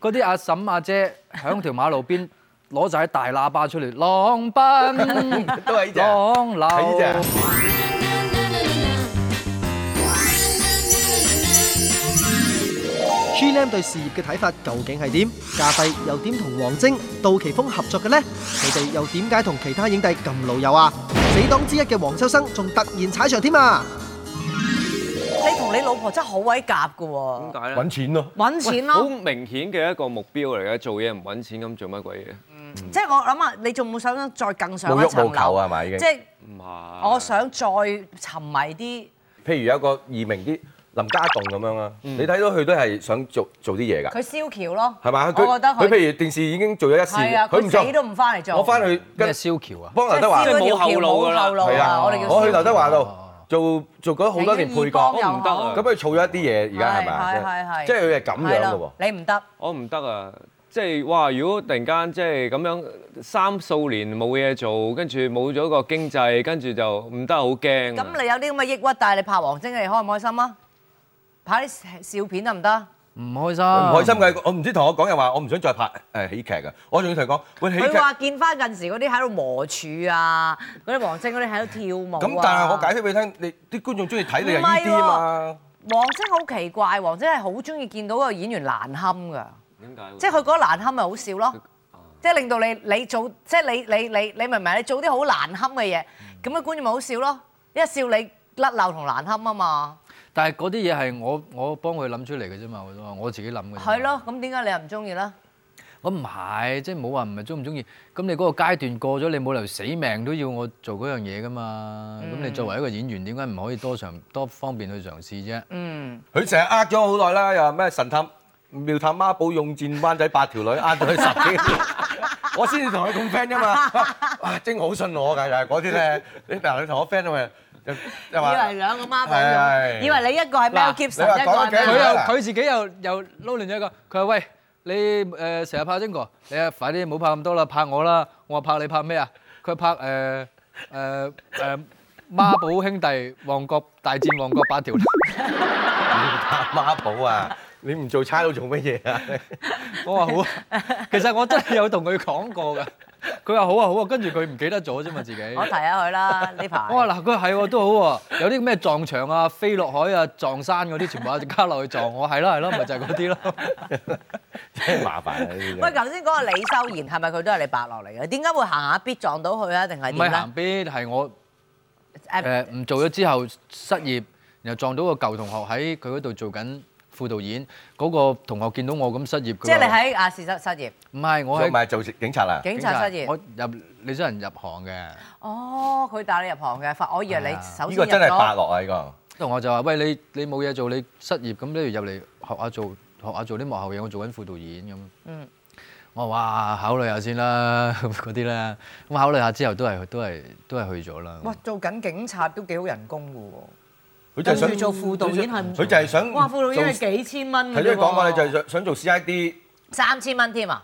S5: 嗰啲阿嬸阿姐響條馬路邊攞晒大喇叭出嚟，浪奔
S2: 都係呢隻啊
S5: 浪流。
S2: 係呢隻啊
S4: G Lam 對事業嘅睇法究竟係點？家輝又點同王晶、杜琪峰合作嘅呢？佢哋又點解同其他影帝咁老友啊？死黨之一嘅黃秋生仲突然踩場添啊！
S1: 你同你老婆真係好鬼夾㗎喎，
S3: 點解咧？
S2: 揾錢咯。
S1: 揾錢咯。
S3: 好明顯嘅一個目標嚟嘅，做嘢唔揾錢咁做乜鬼嘢？
S1: 即係我諗啊，你仲冇想再更上
S2: 冇
S1: 一
S2: 欲
S1: 層
S2: 冇求
S1: 樓
S2: 啊係咪已經
S1: 即係
S3: 唔係。
S1: 我想再沉迷啲，
S2: 譬如有一個易明啲林家棟咁樣啊，你睇到佢都係想做做啲嘢㗎，
S1: 佢燒橋咯。
S2: 係嘛？
S1: 我覺得
S2: 佢
S1: 佢
S2: 譬如電視已經做咗一
S1: 係
S2: 線
S1: 啊，，
S2: 佢唔
S1: 佢死都
S2: 做，
S1: 唔翻嚟做。
S2: 我翻去
S5: 咩
S2: 跟
S5: 蕭橋啊？
S2: 幫劉德華
S1: 即，係燒嗰條橋
S3: 即係冇後路㗎啦
S1: 冇後路
S2: 係
S1: 啊，我哋
S2: 啊，
S1: 叫
S2: 我去
S1: 燒
S2: 劉德華度
S1: 啊
S5: 哦
S2: 做做咗好多年配
S1: 又
S2: 角，
S1: 要
S3: 我唔得啊
S1: 好
S2: 咁佢儲咗一啲嘢，而家係咪啊？
S1: 係係係
S2: 即係佢係咁樣
S1: 係
S2: 㗎
S1: 咯
S2: 喎。
S1: 你唔得，
S3: 我唔得啊！即係哇！如果突然間即係咁樣三數年冇嘢做，跟住冇咗個經濟，跟住就唔得，好驚啊。
S1: 咁你有啲咁嘅抑鬱，但係你拍王晶，你開唔開心啊？拍啲笑片得唔得？
S5: 唔開心，
S2: 唔開心嘅，我唔知同我講又話，我唔想再拍誒喜劇㗎。我仲要同佢講，喂喜劇
S1: 佢。話啊見翻近時嗰啲喺度磨柱啊，嗰啲王晶嗰啲喺度跳舞啊
S2: 咁但係我解釋俾你聽，你啲觀眾中意睇你係呢啲啊嘛。
S1: 王晶好奇怪，王晶係好中意見到個演員難堪㗎。
S3: 點解？
S1: 即係佢嗰個難堪咪好笑咯，即係令到你你做即係你你你你明唔啊明？你做啲好難堪嘅嘢，
S2: 嗯
S1: 咁嘅觀眾咪好笑咯，一笑你甩漏同難堪啊嘛，
S5: 但係嗰啲嘢係我我幫佢諗出嚟嘅啫嘛，我都話我自己諗嘅。
S2: 嗯
S1: 係。咯，咁點解你又唔中意咧？
S5: 我唔係，即係冇話唔係中唔中意。咁你嗰個階段過咗，你冇理由死命都要我做嗰樣嘢噶嘛。咁、你作為一個演員，點解唔可以多嘗多方面去嘗試啫？
S1: 嗯，
S2: 佢成日呃咗我好耐啦，又話咩神探妙探孖寶用戰灣仔八條女呃咗佢十 幾年，我先至同佢咁 friend 啫嘛。哇，晶好信我㗎，又係嗰啲咧。你嗱，你同我 friend 啊嘛，又又
S1: 以
S2: 話
S1: 為兩個孖
S2: 係
S1: 寶，以為你一個係 Mel
S5: 嗱
S1: Gibson，一
S2: 你
S1: 個
S2: 話講
S1: 係
S2: 得幾
S5: 佢
S2: 好
S5: 又
S1: 咩？
S5: 佢自己又又撈亂咗一個，佢話喂你誒成日拍晶哥，你啊快啲唔好拍咁多啦，拍我啦。我話拍你拍咩啊？佢話拍誒誒誒孖寶兄弟旺角大戰旺角八條，
S2: 打孖寶啊！你唔做差佬做乜嘢啊？
S5: 我話好啊。其實我真係有同佢講過㗎，佢話好啊好啊，跟住佢唔記得咗啫嘛自己。
S1: 我提下佢啦，呢排。
S5: 我話嗱，佢係喎都好喎，有啲咩撞牆啊、飛落海啊、撞山嗰啲，全部阿加落去撞我，係啦係啦，咪就係嗰 啲咯。
S2: 真係麻煩啊！呢啲
S1: 喂，頭先嗰個李修賢係咪佢都係你伯樂嚟嘅？點解會行下必撞到佢啊？定係
S5: 唔
S1: 點
S5: 係
S1: 咧
S5: 行？邊係我
S1: 誒
S5: 誒唔做咗之後失業，然後撞到個舊同學喺佢嗰度做緊副導演，嗰、個同學見到我咁失業，佢
S1: 即係你
S5: 話
S1: 喺亞視失失業，
S5: 唔係我
S2: 唔
S5: 喺
S2: 係做警察啦，
S1: 警察失業
S5: 我。入你想人入行嘅，
S1: 哦，佢帶你入行嘅，發我以為你
S5: 啊
S1: 首
S2: 呢
S1: 先
S2: 個
S1: 入
S2: 真係伯
S1: 咗。
S2: 樂啊！呢個。
S5: 同我就話喂你你冇嘢做，你失業咁不如入嚟學下做學下做啲幕後嘢，我做緊副導演咁。
S1: 嗯。
S5: 我話哇，考慮下先啦， 咁嗰啲啦，咁考慮下之後都係都係都係去咗啦。
S1: 哇，做緊警察都幾好人工嘅喎。
S2: 佢就係想
S1: 跟住做副導演係唔
S2: 佢就係想
S1: 哇，副導演
S2: 做
S1: 係幾千蚊
S2: 睇
S1: 嘅
S2: 呢
S1: 啫
S2: 個講法，
S1: 喎。
S2: 你就係想想做 CID，
S1: 三千蚊添啊！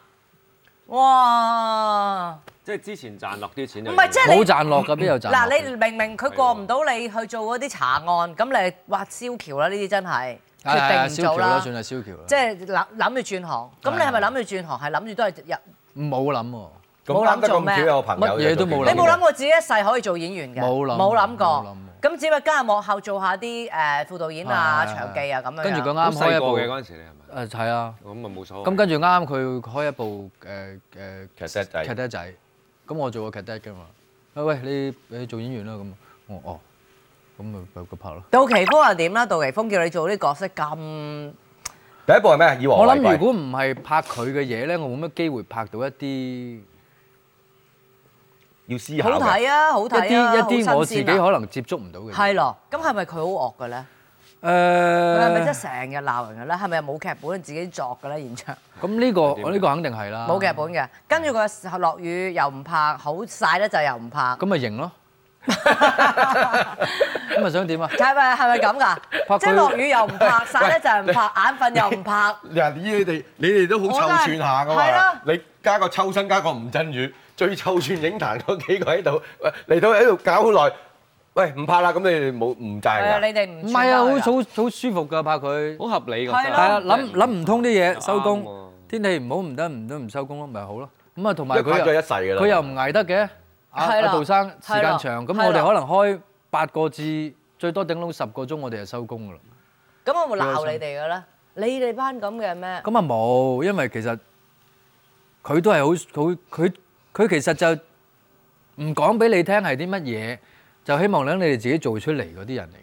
S1: 哇！
S3: 即係之前賺落啲錢就
S1: 唔係即係
S5: 冇
S1: 你嗯
S5: 賺落㗎，邊有賺落？
S1: 嗱，你明明佢過唔到你去做嗰啲查案，咁你哇蕭橋啦，呢啲真係
S5: 係係
S1: 決
S5: 係
S1: 定唔
S5: 蕭
S1: 做
S5: 橋啦，
S1: 啦。
S5: 算係蕭橋啦。
S1: 即係諗諗住轉行，咁你係咪諗住轉行？係諗住都係入？
S5: 冇諗喎，
S2: 咁
S1: 冇諗
S2: 啱得
S1: 做
S2: 咁
S1: 咩
S2: 巧有個朋友
S5: 乜嘢
S2: 就做
S5: 都
S2: 警
S5: 冇
S2: 察
S1: 你冇諗過自己一世可以做演員嘅？
S5: 冇諗
S1: 冇諗
S5: 冇
S1: 過
S5: 諗。
S1: 咁只不過加入幕後做下啲誒副導演啊、長記啊咁樣。
S5: 跟住
S1: 咁，
S5: 佢啱
S3: 咁
S5: 開
S3: 細個
S5: 一
S3: 嘅
S5: 部
S3: 嗰陣時，哦你係咪？
S5: 誒係啊，
S3: 咁咪冇所謂。
S5: 咁跟住啱佢開一部誒誒
S2: 其實就係
S5: 劇爹仔，咁我做過劇爹㗎嘛。啊喂，你你做演員啦咁，我哦，咁咪咪佢拍咯。
S1: 杜琪峰又點啦？杜琪峰叫你做啲角色咁
S2: 第一部係咩？以和
S5: 我
S2: 為
S5: 諗
S2: 貴
S5: 如。果唔係拍佢嘅嘢咧，我冇乜機會拍到一啲。
S2: 要思考
S1: 好
S2: 嘅。
S1: 睇啊，好
S5: 一啲
S1: 睇啊，
S5: 一啲我自己
S1: 好
S5: 可能接觸唔到嘅嘢。
S1: 係咯。咁係咪佢好惡嘅咧？佢係咪真
S5: 誒，
S1: 係成日鬧人嘅咧？係咪冇劇本自己作嘅咧？現場
S5: 咁呢個我呢個肯定係啦。
S1: 冇劇本嘅，跟住佢落雨又唔拍，好晒咧就又 唔拍。
S5: 咁咪型咯。 咁咪想點啊？
S1: 係咪係咪咁
S5: 拍
S1: 㗎？
S5: 佢
S1: 即係落雨又唔 拍，晒咧就唔拍，眼瞓又唔拍。
S2: 嗱，你哋你哋都好臭串下噶
S1: 我真係係
S2: 嘛
S1: 啦？
S2: 你加個秋生，加個吳鎮宇，最臭串影壇嗰幾個喺度，喂嚟到喺度搞好耐。喂，唔怕啦，咁你哋冇唔制
S1: 誒，
S2: 㗎。
S1: 你哋唔
S5: 唔
S1: 算
S5: 係啊，好
S1: 得佢
S5: 好好舒服㗎，拍佢。
S3: 好合理㗎，
S1: 係
S5: 係
S1: 咯
S5: 啊，諗諗唔通啲嘢，收
S3: 啱喎
S5: 工天氣唔好唔得唔得唔收工咯，咪好咯。咁啊，同埋
S2: 佢
S5: 佢
S2: 拍咗一
S5: 又
S2: 世㗎啦。
S5: 佢又唔捱得嘅。阿
S1: 係啦
S5: 阿杜生時
S1: 係
S5: 間
S1: 啦
S5: 長，咁
S1: 係啦
S5: 我哋可能開八個至最多頂籠十個鐘，我哋就收工㗎啦。
S1: 咁我會鬧你哋嘅咧？你哋班咁嘅咩？
S5: 咁啊冇，因為其實佢都係好好佢佢其實就唔講俾你聽係啲乜嘢，就希望等你哋自己做出嚟嗰啲人嚟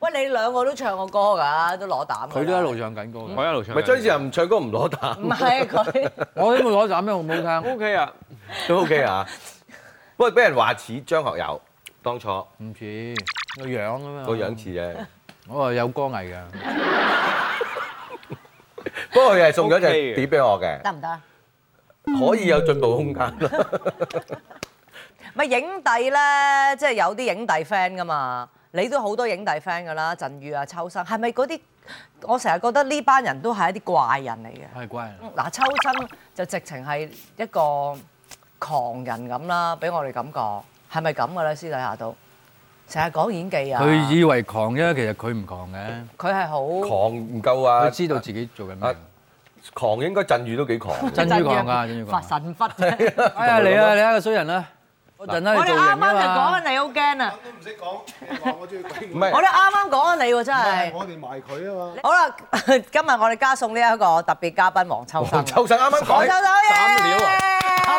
S1: 喂，你兩個都唱過歌㗎，都攞膽㗎。
S5: 嘅。佢都一 路唱緊歌嘅，
S3: 佢一路唱。
S2: 咪張智霖唱歌唔攞膽
S1: 唔係佢，
S5: 我都冇攞斬咩，我冇聽。
S3: O K 啊，
S2: 都 OK 啊。不過俾人話似張學友，當初
S5: 唔似個樣咁樣。
S2: 個樣似啫。
S5: 我話有歌藝㗎，
S2: 不過佢係送咗隻
S3: OK 嘅
S2: 碟俾我嘅，
S1: 得唔得？
S2: 可以有進步空間啦。
S1: 咪影帝咧，即係有啲影帝 friend 噶嘛，你都好多影帝 friend 噶啦，振宇啊、秋生，係咪嗰啲？我成日覺得呢班人都係一啲怪人嚟嘅。
S5: 係乖人。
S1: 嗱，秋生就直情係一個狂人咁啦，俾我哋感覺係咪咁嘅咧？私底下都成日講演技啊，
S5: 佢以為狂啫，其實佢唔狂嘅，
S1: 佢係好
S2: 狂唔夠啊！
S5: 佢知道自己做緊咩
S2: 啊。狂應該振宇都 幾狂。
S5: 真於狂㗎，真於
S1: 發
S5: 狂。
S1: 神忽啫。
S5: 哎呀，你啊，你啊個衰人啦！嗰陣啦，
S1: 我
S5: 你
S1: 哋
S5: 做
S1: 啱
S5: 型
S1: 啱就
S5: 啊
S1: 講
S5: 嘛。
S1: 緊你好驚啊！
S6: 都唔識講，你話我中意鬼
S2: 唔
S6: 故，
S2: 係
S1: 我哋啱啱講緊你喎，真
S6: 係
S1: 係。
S6: 我哋埋佢啊嘛。
S1: 好啦， 今日我哋加送呢一個特別嘉賓黃秋生。
S2: 黃 秋生啱啱
S1: 我收
S2: 講
S1: 到嘢，
S2: 斬料啊！啱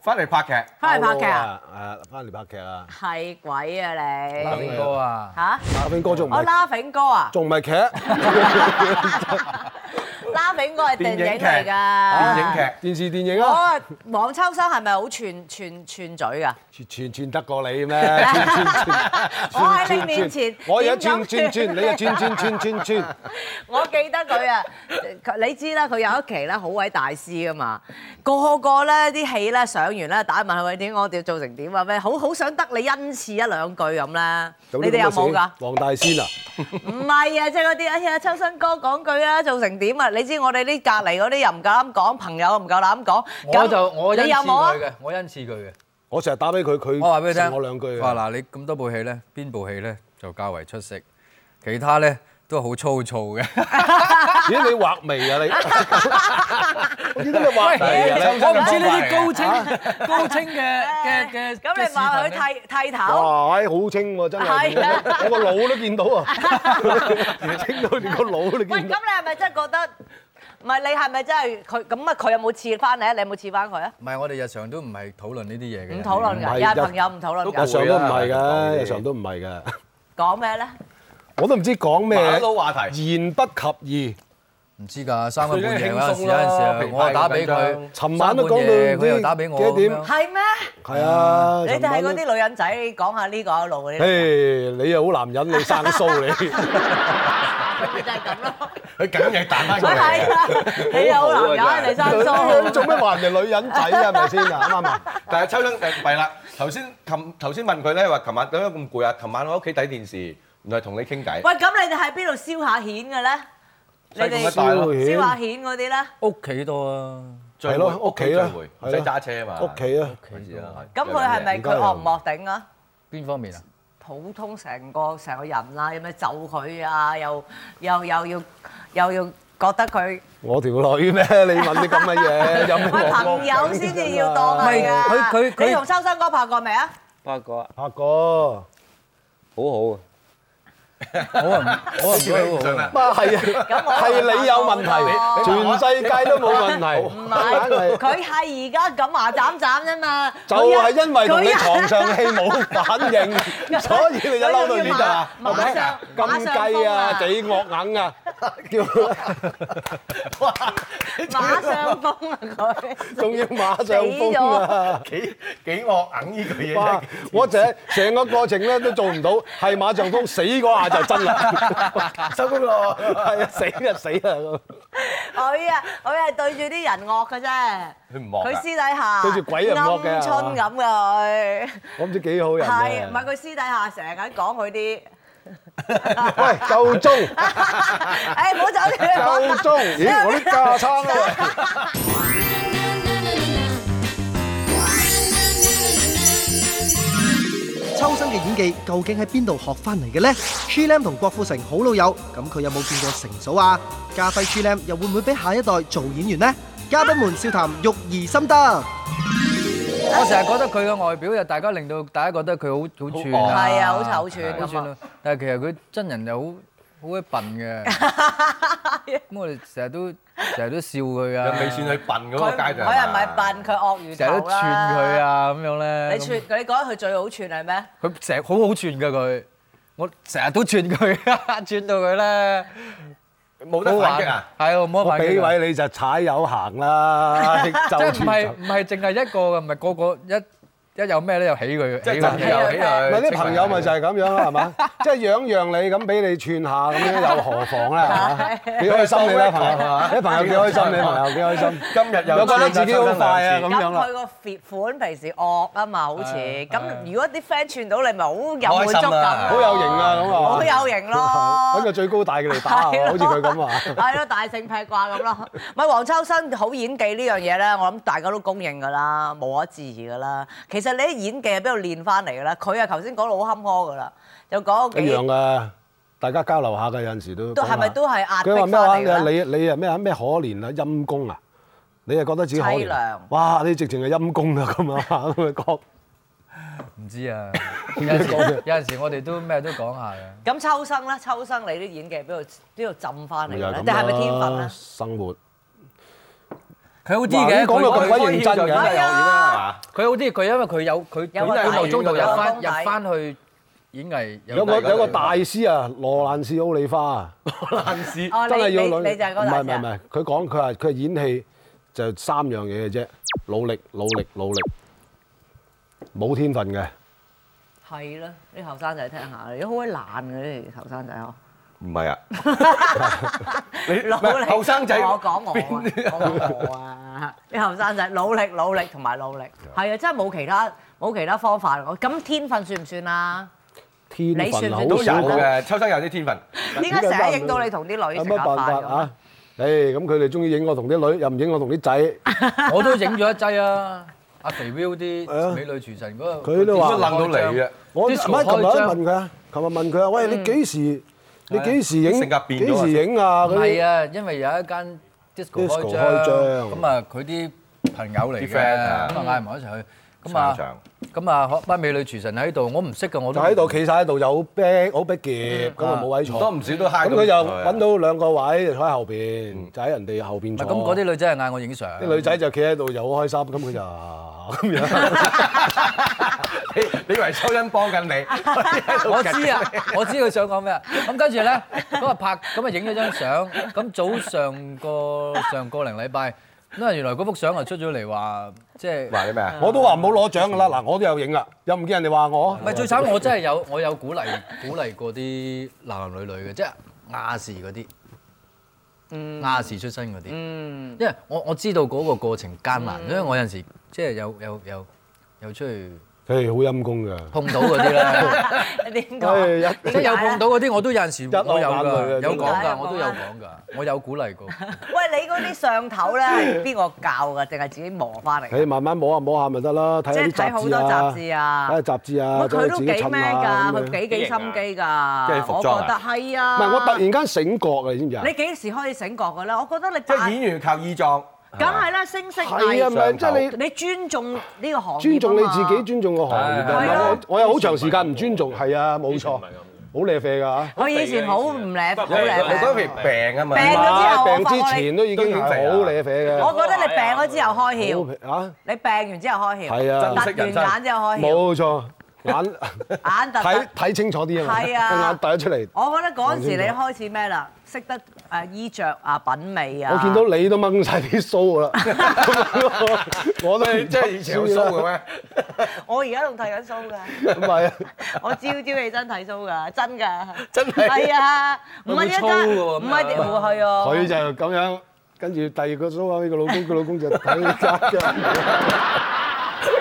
S2: 翻嚟拍劇？
S1: 翻嚟拍劇啊？
S6: 啊！誒，翻嚟拍劇啊！
S1: 係鬼啊你
S6: 鬧
S5: 邊個啊？
S1: 嚇！
S6: 阿炳哥仲唔
S1: 我
S6: 係
S1: Laughing 哥啊
S6: 仲唔係劇？
S1: ，Laughing 哥個係電影嚟㗎。
S2: 電影劇。
S6: 電視電影啊。
S1: 我黃秋生係咪好串串串嘴㗎？
S6: 串-串-串得過你咩？ 串-串-串-
S1: 我喺你
S6: 串-
S1: 面
S6: 串。
S1: 前，
S6: 我而家串-
S1: 點敢
S6: 串-串，你又串-串-串-串-串。
S1: 我記得佢啊，佢你知啦，佢有一期咧好鬼大師噶嘛，個個咧啲戲咧上完咧打問佢喂點，我哋做成點啊咩，好好想得你恩賜一兩句咁啦。你哋有冇㗎？
S6: 黃大仙啊？
S1: 唔係啊，即係嗰啲哎呀，秋生哥講句啊，做成點啊？你知我哋呢隔離嗰啲又唔夠膽講，朋友又唔夠膽講。
S5: 我就我
S1: 咁
S5: 恩
S1: 你有
S5: 賜
S1: 冇啊
S5: 佢？嘅，我恩賜佢嘅。
S6: 我成日打俾佢，佢
S5: 我話俾你聽，
S6: 我兩句
S5: 話
S6: 啊。
S5: 嗱，你咁多部戲咧，邊部戲咧就較為出色，其他咧都好粗糙嘅。
S6: 咦，你畫 眉啊你？我見到你畫 眉啊你
S5: 我唔知呢啲高清高清嘅嘅嘅
S1: 咁你話佢剃剃頭？
S6: 哇，唉好清喎，真
S1: 係啊
S6: 係， 我個腦都見到 啊，清到連個腦都
S1: 喂，咁
S6: 見
S1: 你
S6: 到。
S1: 係咪真係覺得？唔係你係咪真係佢咁啊？佢有冇刺翻你啊？你有冇刺翻佢啊？
S5: 唔係我哋日常都唔係討論呢啲嘢嘅。
S1: 唔討論
S6: 唔係
S1: 㗎，有
S6: 日
S1: 朋友唔討論
S6: 日
S1: 㗎。
S6: 常都唔係
S2: 講呢
S6: 㗎，
S2: 啲
S6: 日常都唔係㗎，
S1: 講咩咧？
S6: 我都唔知講咩，
S5: 啊
S2: 馬騮話題。
S6: 言不及義。
S5: 唔知㗎，三更半夜嗰陣時，
S2: 最緊要輕
S5: 有
S2: 鬆啦
S5: 陣時我打俾佢，
S6: 尋晚都講到
S5: 三更半夜佢又
S6: 啲
S5: 打俾我
S6: 幾多點
S5: 咁樣
S1: 係咩？
S6: 係啊，
S1: 你哋係嗰啲女人仔，你講下呢個一路嗰啲，
S6: 誒，你又好男人，你生鬚你，
S1: 就係咁咯。
S2: 佢梗係彈翻過嚟。
S1: 係啊，你又好男人，你生
S6: 你
S1: 疏。
S6: 做咩話人哋女人仔啊？係咪先啊？啱唔啱啊？
S2: 但係秋生，誒，弊啦，頭先-琴-頭先問佢呢，話琴晚點解咁攰啊？琴晚我喺屋企睇電視，原來同你傾偈。
S1: 喂，咁你哋喺邊度燒下蜆嘅咧？你哋
S2: 西貢一帶咯。
S1: 燒下蜆嗰啲咧？
S5: 屋企多啊。
S2: 聚會，
S6: 係咯，
S2: 屋企
S6: 屋企啦，
S2: 聚會，唔
S6: 係啦。
S2: 使揸車嘛。
S6: 屋企啊，
S2: 我知啦，係。
S1: 咁佢係咪
S6: 而
S1: 佢
S6: 家又
S1: 惡唔惡頂啊？
S5: 邊方面啊？
S1: 普通成個成個人啦，有咩咒佢啊？又又又要又要覺得佢
S6: 我條女咩？你問啲咁嘅嘢，有咩
S1: 喂
S6: 惡
S1: 朋友先至要當係㗎。
S5: 唔係佢佢佢
S1: 你同秋生哥拍過未啊？
S3: 八卦
S6: 拍過，
S3: 好好啊！
S5: 好啊，我唔
S2: 你唔
S5: 好
S2: 信
S5: 啊。
S2: 啊
S6: 嘛係啊，
S1: 咁我
S6: 係你有問題，
S1: 你
S6: 全世界都冇問題，
S1: 唔係，佢係而家咁話斬斬啫嘛。
S6: 就係因為同你
S1: 佢一
S6: 床上戲冇反應，所以你就嬲到呢度啊，
S1: 馬
S6: 係咪
S1: 上
S6: 咁計啊，
S1: 馬上
S6: 幾惡硬啊，
S1: 馬上風啊佢。
S6: 仲要馬上風啊！
S2: 幾-幾惡硬呢句嘢啫。
S6: 哇！我成成個過程咧都做唔到，係馬上風死嗰下就真啦，
S2: 收工咯。
S6: 係啊死啊死啊咁，
S1: 佢啊，佢係對住啲人惡嘅啫。
S2: 佢唔惡㗎
S1: 佢私底下
S6: 啊對住鬼又唔惡嘅
S1: 鵪鶉咁嘅
S6: 我唔知幾好
S1: 佢。
S6: 人啊
S1: 係，唔係佢私底下成日咁講佢啲。
S6: 喂，夠鐘，
S1: 誒，唔好走住。
S6: 夠 鐘，咦，我啲架撐啊！
S4: 秋生嘅演技究竟喺邊度學翻嚟嘅呢 c h Lam 同郭富城好老友，咁佢有冇見過成嫂啊？家輝 c h Lam 又會唔會俾下一代做演員呢？嘉賓們笑談育兒心得。
S5: 我成日覺得佢嘅外表又大家令到大家覺得佢好好串
S2: 好
S5: 啊，
S1: 係啊，好醜串
S5: 好串
S1: 咁啊
S5: 啊！但係其實佢真人又好好鬼笨 嘅，咁我哋成日都成日都笑佢啊，
S1: 佢
S6: 啊
S2: 又未算佢笨嗰個階段，
S1: 佢係
S2: 係嘛？
S1: 咪笨？佢鱷魚頭
S5: 成
S1: 啦
S5: 日都串佢！啊咁樣咧。
S1: 你串你覺得佢最好串係咩？
S5: 佢成日好好串㗎佢，我成日都串佢， 串到佢咧
S2: 冇得反擊啊？？
S5: 係啊，冇得
S6: 我
S5: 反擊
S6: 俾
S5: 㗎。
S6: 位你就踩油行 啦，就
S5: 即係唔係
S6: 住
S5: 唔係淨係一個㗎，唔係個個一一有咩咧又起佢，
S2: 即係
S5: 起佢
S1: 就
S2: 朋友起佢，
S6: 唔係啲朋友咪就係咁樣啦，係 嘛？即係養養你咁俾你串下咁樣，又何妨咧？係 嘛？幾開心你啦，朋友係 嘛？啲朋友幾開心，你朋友幾開心。
S2: 今日又
S6: 又覺得自己好快啊
S2: 收得兩次。
S6: 咁樣啦
S1: 佢個 fit 款平時惡啊嘛，好似咁。如果啲 friend 串到你，咪好有滿足
S2: 開心
S1: 感
S2: 啊
S1: 啊，
S6: 好有型啊咁啊
S1: 好有 型
S6: 揾個
S1: 咯。
S6: 最高大嘅 嚟打啊，好似佢咁啊！
S1: 係咯，大聖劈掛咁咯。唔係黃秋生好演技呢樣嘢咧，我諗大家都公認㗎啦，無可置疑㗎啦。其實你啲演技係邊度練翻嚟㗎啦？佢啊頭先講到好坎坷㗎啦，又講
S6: 一樣
S1: 幾
S6: 噶，大家交流下嘅有陣時都
S1: 都
S6: 講下
S1: 係咪都係壓迫
S6: 佢話
S1: 翻
S6: 咩話？
S1: 嚟
S6: 你
S1: 㗎啦？
S6: 話你你啊咩啊咩可憐啊陰公啊？你又覺得自己可
S1: 淒涼
S6: 憐？哇！你直情係陰公啊咁啊！咁樣講
S5: 唔知啊，有陣時有陣時我哋都咩都講下嘅。
S1: 咁秋生咧，秋生你啲演技邊度邊度浸翻嚟
S6: 咪
S1: 嘅
S6: 又係
S1: 咧？
S6: 咁
S1: 定係咪天分
S6: 啦
S1: 咧？
S6: 生活。
S5: 佢好啲
S6: 哇
S5: 嘅，
S6: 你講到
S5: 佢
S6: 咁鬼認真
S1: 係
S6: 嘅，
S1: 啊
S2: 係啊。
S5: 佢好啲，佢因為佢有佢
S1: 有個
S5: 佢無中途
S1: 底
S5: 入翻
S1: 有個功底
S5: 入翻去演藝有
S6: 有個
S5: 第二
S6: 有個大師啊，羅蘭士奧利花啊，
S2: 爛事。
S1: 哦，
S6: 真
S1: 你
S6: 係要
S1: 你
S6: 女
S1: 你就係嗰個
S6: 唔係
S1: 大
S6: 唔係唔
S1: 隻啊。
S6: 係，佢講佢話佢係演戲就三樣嘢嘅啫，努力努力努力，冇天分嘅。
S1: 係啦，啲後生仔聽下，你好鬼懶嘅啲後生仔呵。
S2: 唔係啊，你
S1: 努力
S2: 後生仔，
S1: 我講我啊，我講我 啊，啲後生仔努力努力同埋努力，係啊，真係冇其他冇其他方法。我咁天分算唔算啊？
S6: 天
S1: 你算
S6: 分
S1: 唔
S6: 好
S1: 算
S2: 都有
S6: 少
S1: 到
S6: 講，
S2: 嘅，秋生有啲天分。
S1: 點解成日影到你同啲女
S6: 有
S1: 食
S6: 乜
S1: 下
S6: 辦
S1: 飯
S6: 法
S1: 咁？
S6: 啊？誒，咁佢哋中意影我同啲女，又唔影我同啲仔。
S1: 啊
S5: 個我都影咗一劑啊！阿肥 Will 啲
S6: 啊
S5: 美女廚神嗰個，
S6: 佢都話
S2: 點解愣到你嘅
S6: 我唔
S5: Disco
S6: 係琴日
S5: 開張
S6: 問佢啊，琴日問佢啊，
S1: 嗯
S6: 喂，你幾時你幾時
S2: 啊性
S6: 影
S2: 格變咗啊
S6: 幾時影啊？
S5: 唔
S6: 嗰
S5: 係
S6: 啲
S5: 啊，因為有一間 disco 開
S6: Disco
S5: 張，
S6: 開張
S5: 咁啊佢啲朋友嚟嘅，
S2: 啲
S5: 咁
S2: friend 啊
S5: 啊嗌埋一齊去，咁
S2: 撐
S5: 啊
S2: 場
S5: 咁啊班美女廚神喺度，我唔識嘅我
S6: 就
S5: 都
S6: 喺度企晒喺度，有逼好逼夾，
S1: 嗯
S6: 咁啊冇位
S2: 唔
S6: 坐。
S2: 多唔少都
S6: 咁
S2: 蝦
S6: 佢又揾到兩個位就坐喺後邊，就喺人哋後邊
S5: 唔
S6: 坐。
S5: 係咁嗰啲女仔係嗌我影相，
S6: 啲女仔就企喺度又好開心，咁佢就 咁樣。
S2: 你你以為秋生幫緊你？
S5: 我知啊，我知佢想講咩啊。咁跟住咧，咁啊拍，咁啊影咗張相。咁早上個上個零禮拜，咁啊原來嗰幅相啊出咗嚟話，即係
S2: 話你咩啊？
S6: 我都話唔好攞獎㗎啦，嗱我都有影啦，又唔見人哋話我
S5: 唔。係最慘？我真係有我有鼓勵鼓勵過啲男男女女嘅，即係亞視嗰啲，亞視出身嗰啲。
S1: 嗯，
S5: 因為我我知道嗰個過程艱難，所以我有陣時即係有有有有出去
S6: 誒好陰功㗎，
S5: 碰到嗰啲啦，
S1: 點講？
S6: 誒
S5: 即係有碰到嗰啲我都有陣時
S6: 落
S5: 我有
S6: 眼淚
S5: 㗎，
S6: 啊
S5: 有講
S1: 點解
S5: 㗎，我都有講㗎，我有鼓勵過。
S1: 喂，你嗰啲上頭咧係邊個教㗎？定係自己磨翻嚟
S6: 一，誒
S1: 㗎？
S6: 慢慢摸下摸下咪得啦，睇
S1: 即
S6: 下
S1: 係
S6: 啲
S1: 睇
S6: 雜
S1: 好多
S6: 誌啊，
S1: 雜
S6: 睇
S1: 誌啊
S6: 下。雜誌
S1: 喂
S6: 啊，走
S1: 佢
S6: 去
S1: 都
S6: 自
S1: 幾
S6: 己
S1: 咩
S6: 襯
S1: 㗎？
S6: 下咁
S1: 佢
S6: 樣
S1: 幾幾心機㗎？
S2: 即係服裝
S1: 我
S2: 啊
S1: 覺得係
S6: 唔
S1: 啊。
S6: 係我突然間醒覺啊，你知唔知啊？
S1: 你幾時開始醒覺㗎咧？我覺得你
S2: 即係
S1: 扮
S2: 演員靠衣裝，
S1: 梗係啦，星星
S6: 係啊，唔係即係你
S1: 你尊重呢個行業啊嘛
S6: 尊重你自己，尊重個行業
S5: 係
S6: 啊。唔係
S1: 係
S6: 我我有好長時間唔尊重，係啊，冇錯，好瀨啡㗎啊嚇。
S1: 我以前好唔叻，好
S2: 你你
S1: 叻
S2: 嗰
S1: 病。
S2: 時病啊嘛，
S1: 病咗之後
S6: 病之前都已經係好瀨啡嘅。
S1: 我覺得你病咗之後開竅，
S6: 啊，
S1: 你病完之後開竅，
S6: 係啊
S1: 突完眼之後開竅，
S6: 冇錯，眼
S1: 眼突
S6: 睇
S1: 突。
S6: 睇清楚啲啊嘛，
S1: 係啊
S6: 個眼凸咗出嚟。
S1: 我覺得嗰陣時你開始咩啦，識得誒衣着啊、品味啊。
S6: 我見到你都掹晒啲須啦，我都
S2: 即係以前有須嘅咩？
S1: 我而家仲剃緊須 㗎，
S6: 咩？唔係啊，
S1: 我朝朝起身剃鬚㗎，真㗎。
S2: 真係
S1: 係啊，唔係一
S5: 會粗㗎
S1: 間，
S5: 喎
S1: 唔係會去啊。
S6: 佢就咁樣，跟住第二個須啊，呢個 老公，佢老公就睇㗎。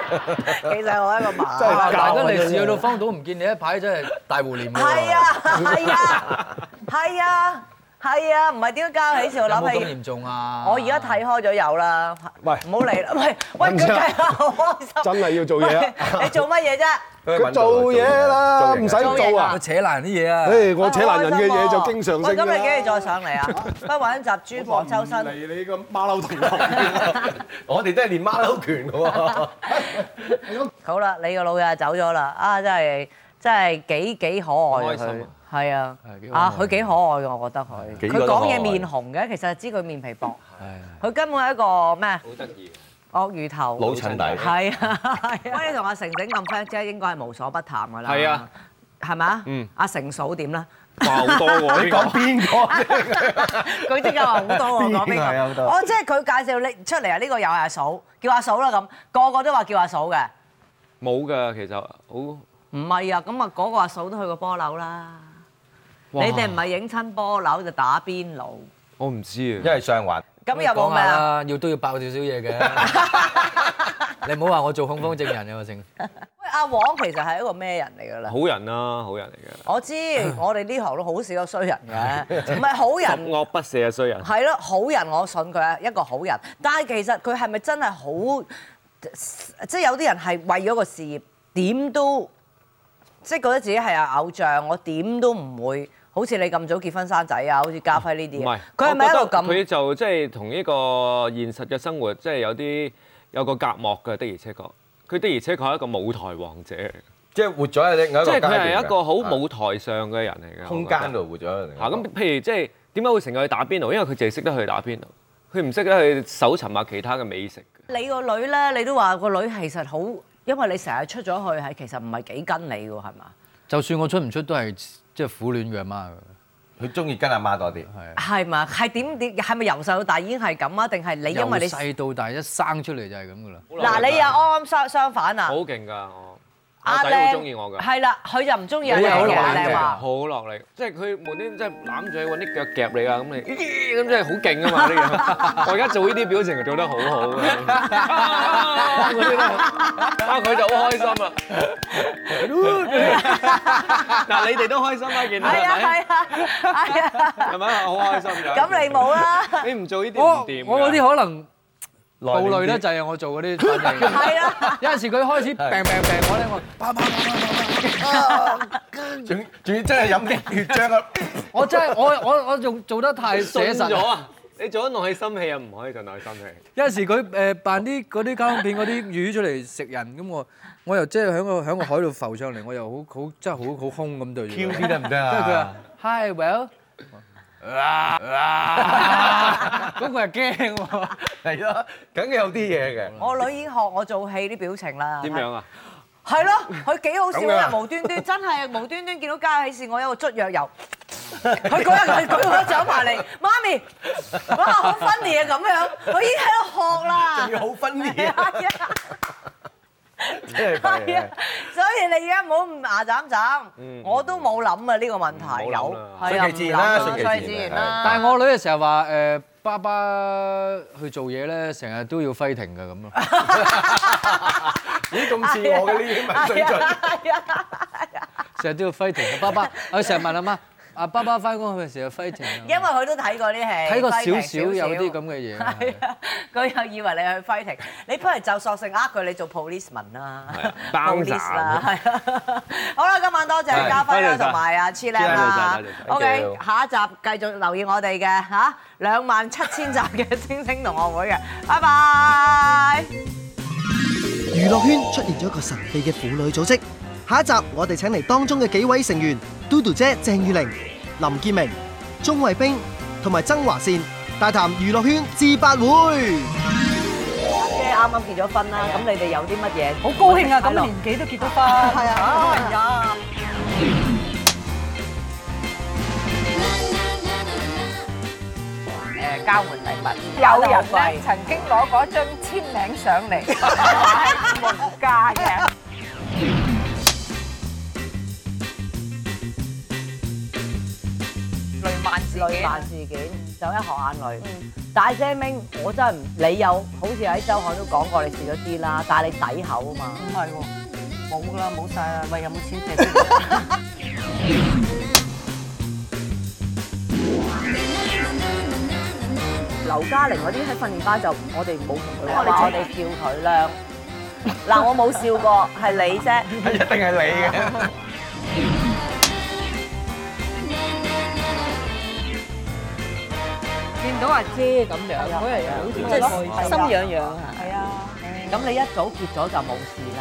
S1: 其實我係一個麻
S6: 真係
S5: 啊
S6: 教
S5: 大
S6: 啊
S5: 家嚟
S6: 真
S5: 試
S6: 係
S5: 去到荒島唔見你一排，真係大胡臉喎。
S1: 係啊，係啊，係啊，係啊，唔係點解交起時我
S5: 有冇
S1: 諗
S5: 咁
S1: 起？
S5: 嚴重啊？
S1: 我而家睇開咗有啦，
S6: 喂
S1: 唔好理啦， 喂喂，
S6: 等
S1: 佢
S6: 陣
S1: 計下好開心，
S6: 真係要做嘢啊
S1: 喂你做乜嘢啫？
S6: 佢做嘢啦，唔使
S1: 做
S6: 做
S1: 啊
S6: 啊
S5: 我！扯爛啲嘢啊！
S6: 誒， 我扯爛人嘅嘢就經
S1: 喂
S6: 常性
S1: 咁
S6: 㗎
S1: 你幾時再
S6: 啦。
S1: 上嚟 啊？不如揾集珠寶周身，
S6: 嚟你個馬騮同學，
S2: 我哋都係練馬騮拳 嘅喎，
S1: 好啦，你個老友走咗啦，啊真係真係幾幾可愛啊
S3: 開心
S1: 佢
S3: 啊，
S1: 係啊
S5: 係幾，可愛
S1: 啊佢幾可愛嘅，我覺得佢，
S2: 幾
S1: 佢
S2: 個都
S1: 講
S2: 可愛
S1: 嘢面紅嘅，其實知佢面皮薄，佢根本係一個咩
S3: 好得意。
S1: 鱷魚頭。
S2: 老襯底。
S1: 係啊，係啊，喂，你同阿成成咁 friend，即係應該係無所不談噶啦。
S3: 係啊，
S1: 係咪啊？
S3: 嗯
S1: 阿成嫂點咧？
S3: 哇，好多 喎！呢個
S2: 邊個？
S1: 佢即刻話好多喎，講邊
S2: 邊個係好
S1: 個？
S2: 多
S1: 哦，即係佢介紹你出嚟啊！呢個又係阿嫂，叫阿嫂啦咁，個個都話叫阿嫂嘅。
S3: 冇㗎，其實好。
S1: 唔係啊，咁啊嗰個阿嫂都去過波樓啦。你哋唔係影親波樓就打邊爐，
S3: 我唔知
S2: 因
S3: 啊，
S2: 為上環，
S1: 咁有冇
S5: 講
S1: 咩
S5: 下
S1: 啊？
S5: 啦，要都要爆少少嘢嘅。你唔好話我做控方證人啊，我成。
S1: 喂，阿黃其實係一個咩人嚟㗎啦？
S3: 好人啦，好人嚟嘅，
S1: 我知，我哋呢行都好少有衰人嘅，唔係好人
S3: 十惡不赦嘅衰人。
S1: 係咯，好人我信佢係一個好人，但係其實佢係咪真係好？即係有啲人係為咗個事業點都，即係覺得自己係啊偶像，我點都唔會好似你咁早結婚生仔啊，好似家輝呢
S3: 唔
S1: 啲嘢
S3: 係，，
S1: 佢係咪一個
S3: 我覺得佢
S1: 咁？
S3: 就即係同呢個現實嘅生活，即係有啲有個隔膜嘅，的而且確。佢的而且確係一個舞台王者嚟嘅，
S2: 即係活咗喺另一個
S3: 即係
S2: 階
S3: 佢
S2: 段
S3: 係
S2: 嘅
S3: 一個好舞台上嘅人嚟嘅。
S2: 空
S3: 我
S2: 間
S3: 覺得
S2: 度活咗喺另一個。
S3: 嚇咁，譬如即係點解會成日去打邊爐？因為佢淨係識得去打邊爐，佢唔識得去搜尋下其他嘅美食嘅。
S1: 你個女咧，你都話個女其實好，因為你成日出咗去係其實唔係幾跟你㗎喎，係嘛？
S5: 就算我出唔出都係即係苦戀佢阿媽㗎。
S2: 佢中意跟阿媽多啲。
S1: 係嘛？係點點係咪由細到大已經係咁啊？定係你因為
S5: 由
S1: 你
S5: 細到大一生出嚟就係咁噶啦。
S1: 嗱你又啱啱相相反啊？
S3: 好勁㗎我，我
S1: 阿
S3: 仔
S1: 靚
S3: 好中意我㗎。
S1: 係啦，佢就唔中意阿
S3: 你
S1: 靚
S3: 好落
S1: 嘅阿
S3: 力
S1: 靚
S3: 嘅，
S1: 話。
S3: 好落力，即係佢無端即係攬住你揾啲腳夾你啊，咁你咦咁真係好 勁啊嘛呢樣。我而家做呢啲表情做得好好啊，嗰啲咧啊佢就好開心啦。嗱你哋都開心啊，見到
S1: 係啊
S3: 係咪？
S1: 係啊係啊！
S3: 係咪好開心㗎？
S1: 咁你冇啦，
S3: 你唔做呢啲
S5: 我
S3: 唔掂㗎
S5: 我嗰啲可能
S2: 內
S5: 暴
S2: 斂
S5: 戾得
S2: 啲
S5: 滯啊！我做嗰啲反 應。
S1: 係啦。
S5: 有陣時佢開始病病病我咧，我啪啪啪啪啪啪
S2: 仲仲要真係飲啲血漿啊！
S5: 我真係我我我仲做得太
S3: 信
S5: 寫實
S3: 咗啊！你做咗內心戲啊，唔可以做內心戲。
S5: 有陣時佢誒扮啲嗰啲卡通片嗰啲魚出嚟食人咁我，我又即係喺個喺個海度浮上嚟，我又好好真係好好兇咁對住佢。
S2: Q 啲得唔得
S5: 跟住佢
S2: 啊
S5: 話？：Hi well。嗰個係驚喎，
S2: 係咯，梗有啲嘢嘅。
S1: 我女已經學我做戲啲表情啦。
S3: 點樣啊？
S1: 係咯，佢幾好笑
S2: 咁
S1: 啊！
S2: 嘅
S1: 無端端真係無端端見到家有喜事，我有個捽藥油。佢嗰日佢舉咗走埋嚟，媽咪，哇好 funny 啊咁樣，佢已經喺度學啦
S2: 仲。要好分裂啊！
S1: 係啊，
S2: 真係弊
S1: 係
S2: 啊
S1: 啊！，所以你而家唔好唔牙斬斬，我都冇諗啊呢個問題
S3: 嗯冇諗
S1: 有
S3: 啦，
S1: 係啊，
S2: 順其自然啦
S1: 唔諗
S2: 順其
S1: 順其
S2: 自
S1: 自
S2: 然
S1: 然
S2: 係
S1: 啦。
S5: 但係我女嘅成日話誒，爸爸去做嘢咧，成日都要 fighting 嘅咁咯。
S2: 咦，咁似我嘅呢啲 文水準。
S1: 係啊，
S5: 成日都要 fighting 嘅爸爸，我成日問阿媽，阿爸爸翻工係咪成日 fighting 啊
S1: 因為佢都 睇過啲戲，
S5: 睇過少
S1: fighting
S5: 少有啲咁嘅嘢。
S1: 係啊， 佢又以為你去 fighting，你不如就索性呃佢，你做 policeman
S3: 啊
S1: 啦，police 啦，係啊。 好啦，今晚多謝
S2: 係
S1: 嘉輝
S3: 多謝
S1: 啦，
S3: 晒
S1: 同埋啊黐靚啦
S3: 多謝晒多謝晒
S1: OK，
S2: Thank
S1: 下一集繼續留意我哋嘅嚇兩萬七千集嘅星星同學會嘅，拜拜。
S4: 娛樂圈出現咗一個神秘嘅婦女組織。下一集我哋請嚟當中嘅幾位成員：嘟嘟姐鄭裕玲、林建明、鐘慧冰同埋曾華善，大談娛樂圈至八會。
S1: 即係啱啱結咗婚啦，咁你哋有啲乜嘢？
S7: 好高興啊！咁年紀都結咗婚， 係
S1: Dạ.
S7: 啊
S1: 哎呀！誒交換禮物，
S7: 有人咧曾經攞嗰張簽名上嚟，無價嘅。雷曼事
S1: 類
S7: 件，
S1: 扮事件就一行眼淚。大姐明，我真係唔，你有好似喺周刊都講過，你試咗啲啦，但係你抵口啊嘛。
S7: 唔係喎，冇啦，冇晒 啦。喂，有冇錢借俾我？
S1: 劉嘉玲嗰啲喺訓練班就我哋冇同佢
S7: 我
S1: 話，
S7: 哋
S1: 我哋叫佢啦。嗱，我冇笑過，係你 啫。
S2: 一定係你嘅。
S7: 見到阿姐咁樣，
S1: 啊
S7: 嗰日又好似好開心
S1: 癢癢啊！
S7: 係啊。
S1: 咁你一早結咗就冇事啦。